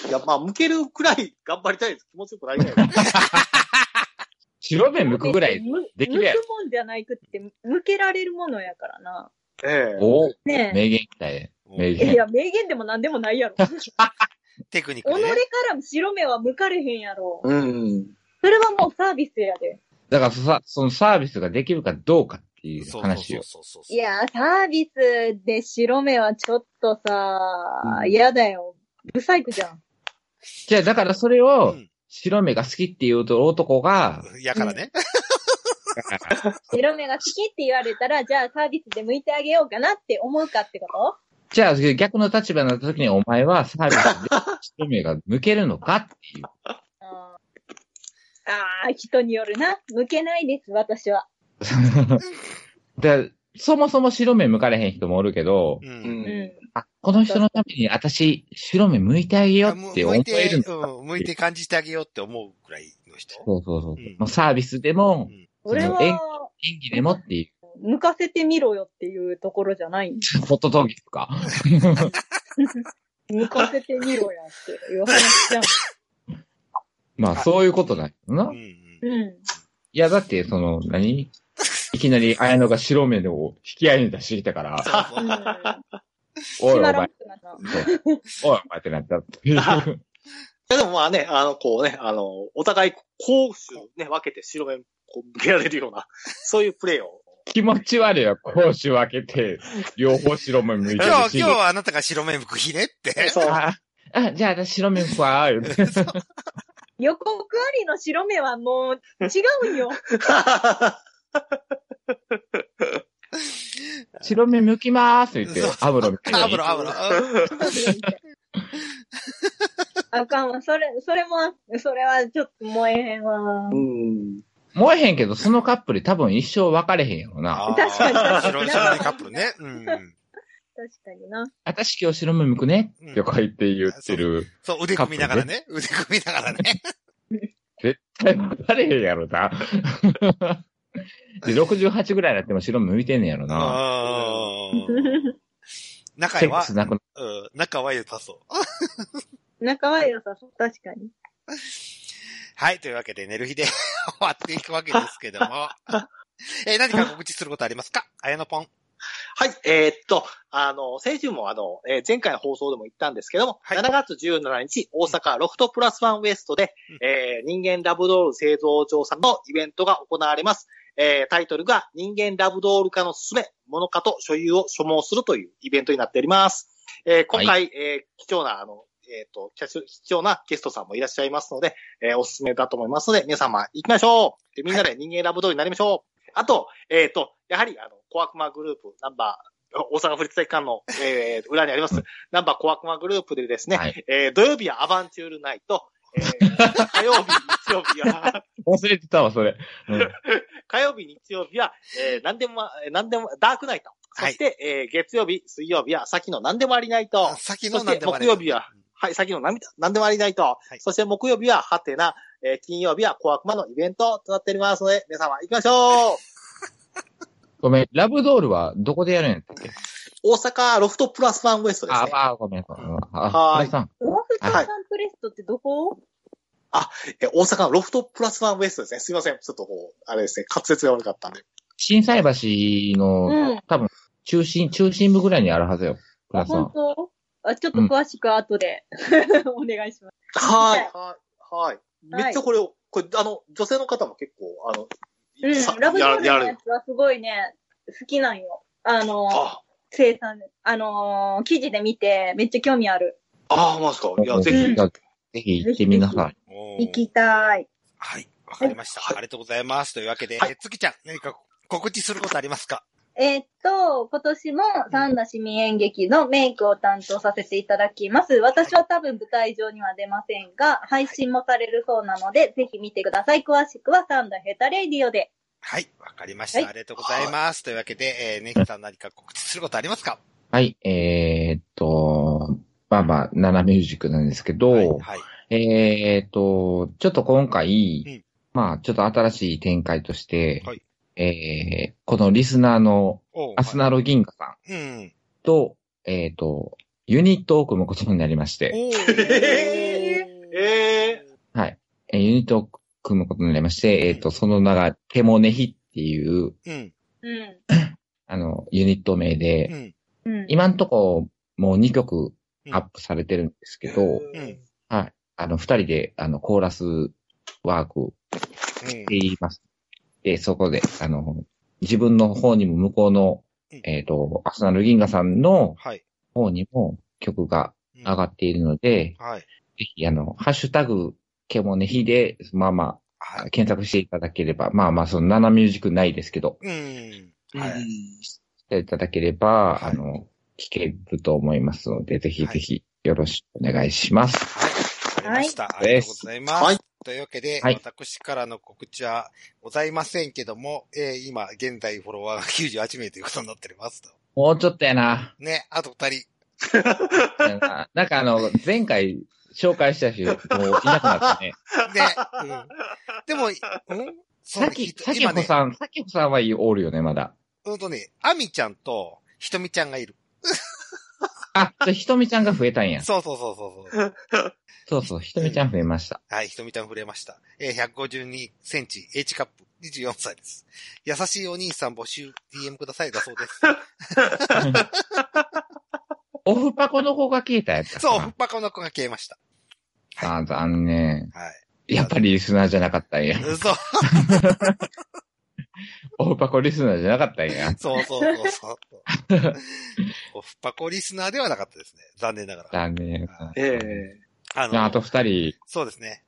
い。いや、まあ、向けるくらい頑張りたいです。気持ちよくなりた いです。
白目 向くぐらい。
む
できるやろ
向くもんじゃないくって、向けられるものやからな。
ええ
お
ねえ。
名言みたい。名
い
言。
や、名言でも何でもないやろ。
テクニッ
己
ク
か
ね。
ら白目は向かれへんやろ。
うん。
それはもうサービスやで。
だからさ、そのサービスができるかどうかっていう話を。
そうそうそうそう。
いやー、サービスで白目はちょっとさ
う、ん
嫌だよ。不細工じゃん。
じゃあ、だからそれ
う
を
ん、
白目が好きっていうと男が、
やからね。
白目が好きって言われたら、じゃあサービスで向いてあげようかなって思うかってこと
じゃあ逆の立場になった時にお前はサービスで白目が向けるのかっていう。
あーあー、人によるな。向けないです、私は。
で、そもそも白目向かれへん人もおるけど、
う。
うん。
うんん。
あ、この人のために私、白目向いてあげようって思
向い
え
て、
るのか。
うん、向いて感じてあげようって思うくらいの人。
そうそうそ
う
う。
ん
もうサービスでも、
うん
俺
その縁
は、
演技でもってい
向かせてみろよっていうところじゃない。
う、ホットトークとか。
向かせてみろやっていう話じゃん。
まあ、そういうことなんよな
う。ん。
うん。
いや、だって、その、何いきなり、綾野が白目を引き合いに出してきた から、
そう
う
そう。
おいお
ん閉
前、
まら
そ
んくなった。
うおいお前ってなった っていう。
いやでもまあね、あの、こうね、あの、お互い攻守ね、分けて白目こう向けられるような、そういうプレーを。
気持ち悪いよ、講師分けて、両方白目向い
今
てる
日、
し。
今日はあなたが白目向くひねって。
そう。
あ、あじゃあ私白目向くわ、言う て
予告ありの白目はもう違うん よ。
白目向きまーす、言って
そう、
アブロみたいに。
アブロ、アブロ。
あかんわ。それ、それも、それはちょっと燃えへんわ
う。ん。
燃えへんけど、そのカップル多分一生分かれへんやろな。
あー
確かに
白い、白いカップルね。うん。
確かにな。
私今日白目向くね、って書いて言ってる。
そう、腕組みながらね。腕組みながら ね。
絶対分かれへんやろ な。で、68ぐらいになっても白目向いてんねやろな。
うん。仲
セ
良
ック
は
ス、なくな
うん、仲は良さそう。
仲は良さそう。確かに。
はい、というわけで、寝る日で 終わっていくわけですけど も。えー何か告知することありますかあやのぽん。
はい、えーっと、あの、先週もあの、えー前回の放送でも言ったんですけども、
はい
7月17日、大阪ロフトプラスワンウエストで、えー人間ラブドール製造場さんのイベントが行われます。えータイトルが、人間ラブドール化のすすめ、物化と所有を所望するというイベントになっております。えー今回、
は
えー貴重な、あの、えーっと、貴重貴重なゲストさんもいらっしゃいますので、えーおすすめだと思いますので、皆様行きましょうでみんなで人間ラブドールになりましょうあと、えっ、と、やはり、あの、小悪魔グループ、ナンバー、大阪府立体育館の、えー、裏にあります、ナンバー小悪魔グループでですね、
はい
えー、土曜日はアバンチュールナイト、え ー、火曜日、日曜日は、
忘れてたわ、それ。うん
火曜日、日曜日は、えー、何でも、えー何でも、ダークナイト。そして、えー、月曜日、水曜日は、先の何でもありナイト。
先の何でもあれ
そして木曜日は。はい、先の何何でもありないと。
い
そして木曜日はハテナ、えー金曜日は小悪魔のイベントとなっておりますので、皆様行きましょう
ごめん、ラブドールはどこでやるんやったっけ
大阪ロフトプラスワンウエストです
あ、
ね。
あ、ごめん、ごめん。あ、
はーい
皆さん。
オフトサンプレストってどこ
えー大阪のロフトプラスワンウエストですね。すいません。ちょっとこう、あれですね、滑舌が悪かったんで。
震災橋の、
うん
多分、中心、中心部ぐらいにあるはずよ。プラスワン。
本当あ、ちょっと詳しく後で、 お願いします。
はいい。はい。はい。めっちゃこれを、これ、あの、女性の方も結構、あの、さ
うん、ラブドール
や
の
られ
や
る。
つはすごいね、好きなんよ。あの、
あ、
生産、あのー記事で見て、めっちゃ興味ある。
ああ、まですか。いや、ぜ
う
ひ
ん。
ぜひ行ってみなさい。
おー
行きたい。
はい、わかりました。ありがとうございます。というわけで、
はい
えー月ちゃん、何か告知することありますか
えーっと、今年も三田市民演劇のメイクを担当させていただきます。私は多分舞台上には出ませんが、配信もされるそうなので、ぜひ見てください。詳しくは三田ヘタレイディオで。
はい、わかりました。
はい
ありがとうございます。というわけで、えー、ネギさん何か告知することありますか
はい、えーっと、まあまあ、ナナミュージックなんですけど、
はい、はい。
えーっと、ちょっと今回、
うん
まあ、ちょっと新しい展開として、
はい
えーこのリスナーの
おう
アスナロ銀河さん
はいうん。
と、えーっと、ユニットを組むことになりまして、
お
え
ー
え
はい。えーユニットを組むことになりまして、えーっと、その名が、テモネヒっていう、
うん。
うん。
あの、ユニット名で、
うん。
うん。
今んとこ、もう2曲アップされてるんですけど、
うん。
はい。あの、二人で、あの、コーラスワークをしています。で、そこで、あの、自分の方にも向こうの
うん、
えっ、と、アスナルギンガさんの
はい。
方にも曲が
上
上がっているので、
はい。
ぜひ、あの、ハッシュタグ、獣ねひで、まあま
は
あ、
い。
検索していただければ、まあまあ、そのナナミュージックないですけど、
うん。
うん
はい。
していただければ、
はい
あの、聞けると思いますので、ぜひ
はい
ぜひよろしくお願いします。
はい。わかりました。あ
い
りがとうございます。
はい
というわけで、
はい
私からの告知はございませんけども、えー今、現在フォロワーが98名ということになっておりますと。
もうちょっとやな。
ね、あと二人。
なんかなんかあの、前回紹介した人、もういなくなったね。
ね、うん。でも、うん そう
さ
ね
き、
ひと
さき
今
ほ
ね、
さん、さきほさんはおるよね、まだ。
うんとね、アミちゃんとひとみちゃんがいる。
あ、そうひとみちゃんが増えたんや。
そうそうそうそうそう。
そうそう、ひとみちゃん増えました。
はい、ひとみちゃん触れました。えー、152センチ、H カップ、24歳です。優しいお兄さん募集、DM くださいだそう です。
オフパコの方が消えたやつ。
そう、バカの子が消えました。
あ、残念。
はい。
やっぱりリスナーじゃなかった んや。
嘘。
オフパコリスナーじゃなかったんや。
そうそうそう そう。オフパコリスナーではなかったですね。残念ながら。
残念。
え
あ
じゃあ、
の、
あと二人。
そうですね。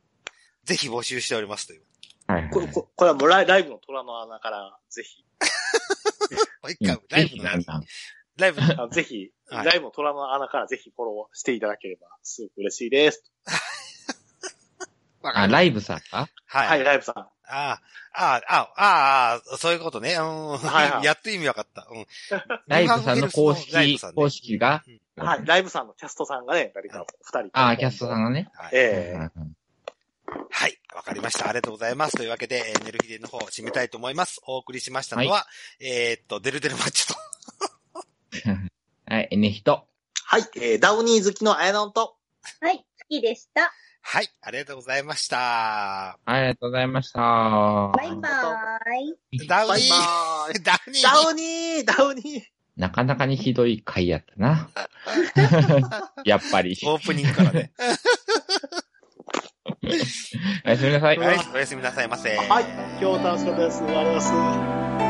ぜひ募集しておりますという。
はい、はい
え。これ、ここれはもうライライブの虎の穴から、ぜひ、
もう一
うん
回、ライブの何
ぜひなんか
ライブの、
あぜひ、
はい
ライブの虎の穴からぜひフォローしていただければ、すごく嬉しいです。
わか
あ、
る
ライブさんか
は。
はいい、ライブさん。
ああ、ああ、ああ、そういうことね。うん。
はいは い
やっと意味わかった。 うん。
ライブさんの公
ライ
式
ブさん、ね
公式が
うん
はい、ライブさんのキャストさんがね、誰か二人。
あ、キャストさんがね。
はい
ええ
はい。わかりました。ありがとうございます。というわけで、えー、ネルヒデの方、締めたいと思います。お送りしましたのは、えーっと、デルデルマッチと。
はい、ねひと。
はい、えーダウニー好きのあやのんと、
はい、好きでした。
はい。ありがとうございました。
ありがとうございました。
バイバーイ。
ダウ
バ
ニ
イ
ー。
バーイ。
ダウニー。
ダウニーダウニー
なかなかにひどい回やった な。やっぱり。
オープニングからね。
おやすみなさい。
はい、おやすみなさいませ。
はい、今日楽しかったです。ありがとうございます。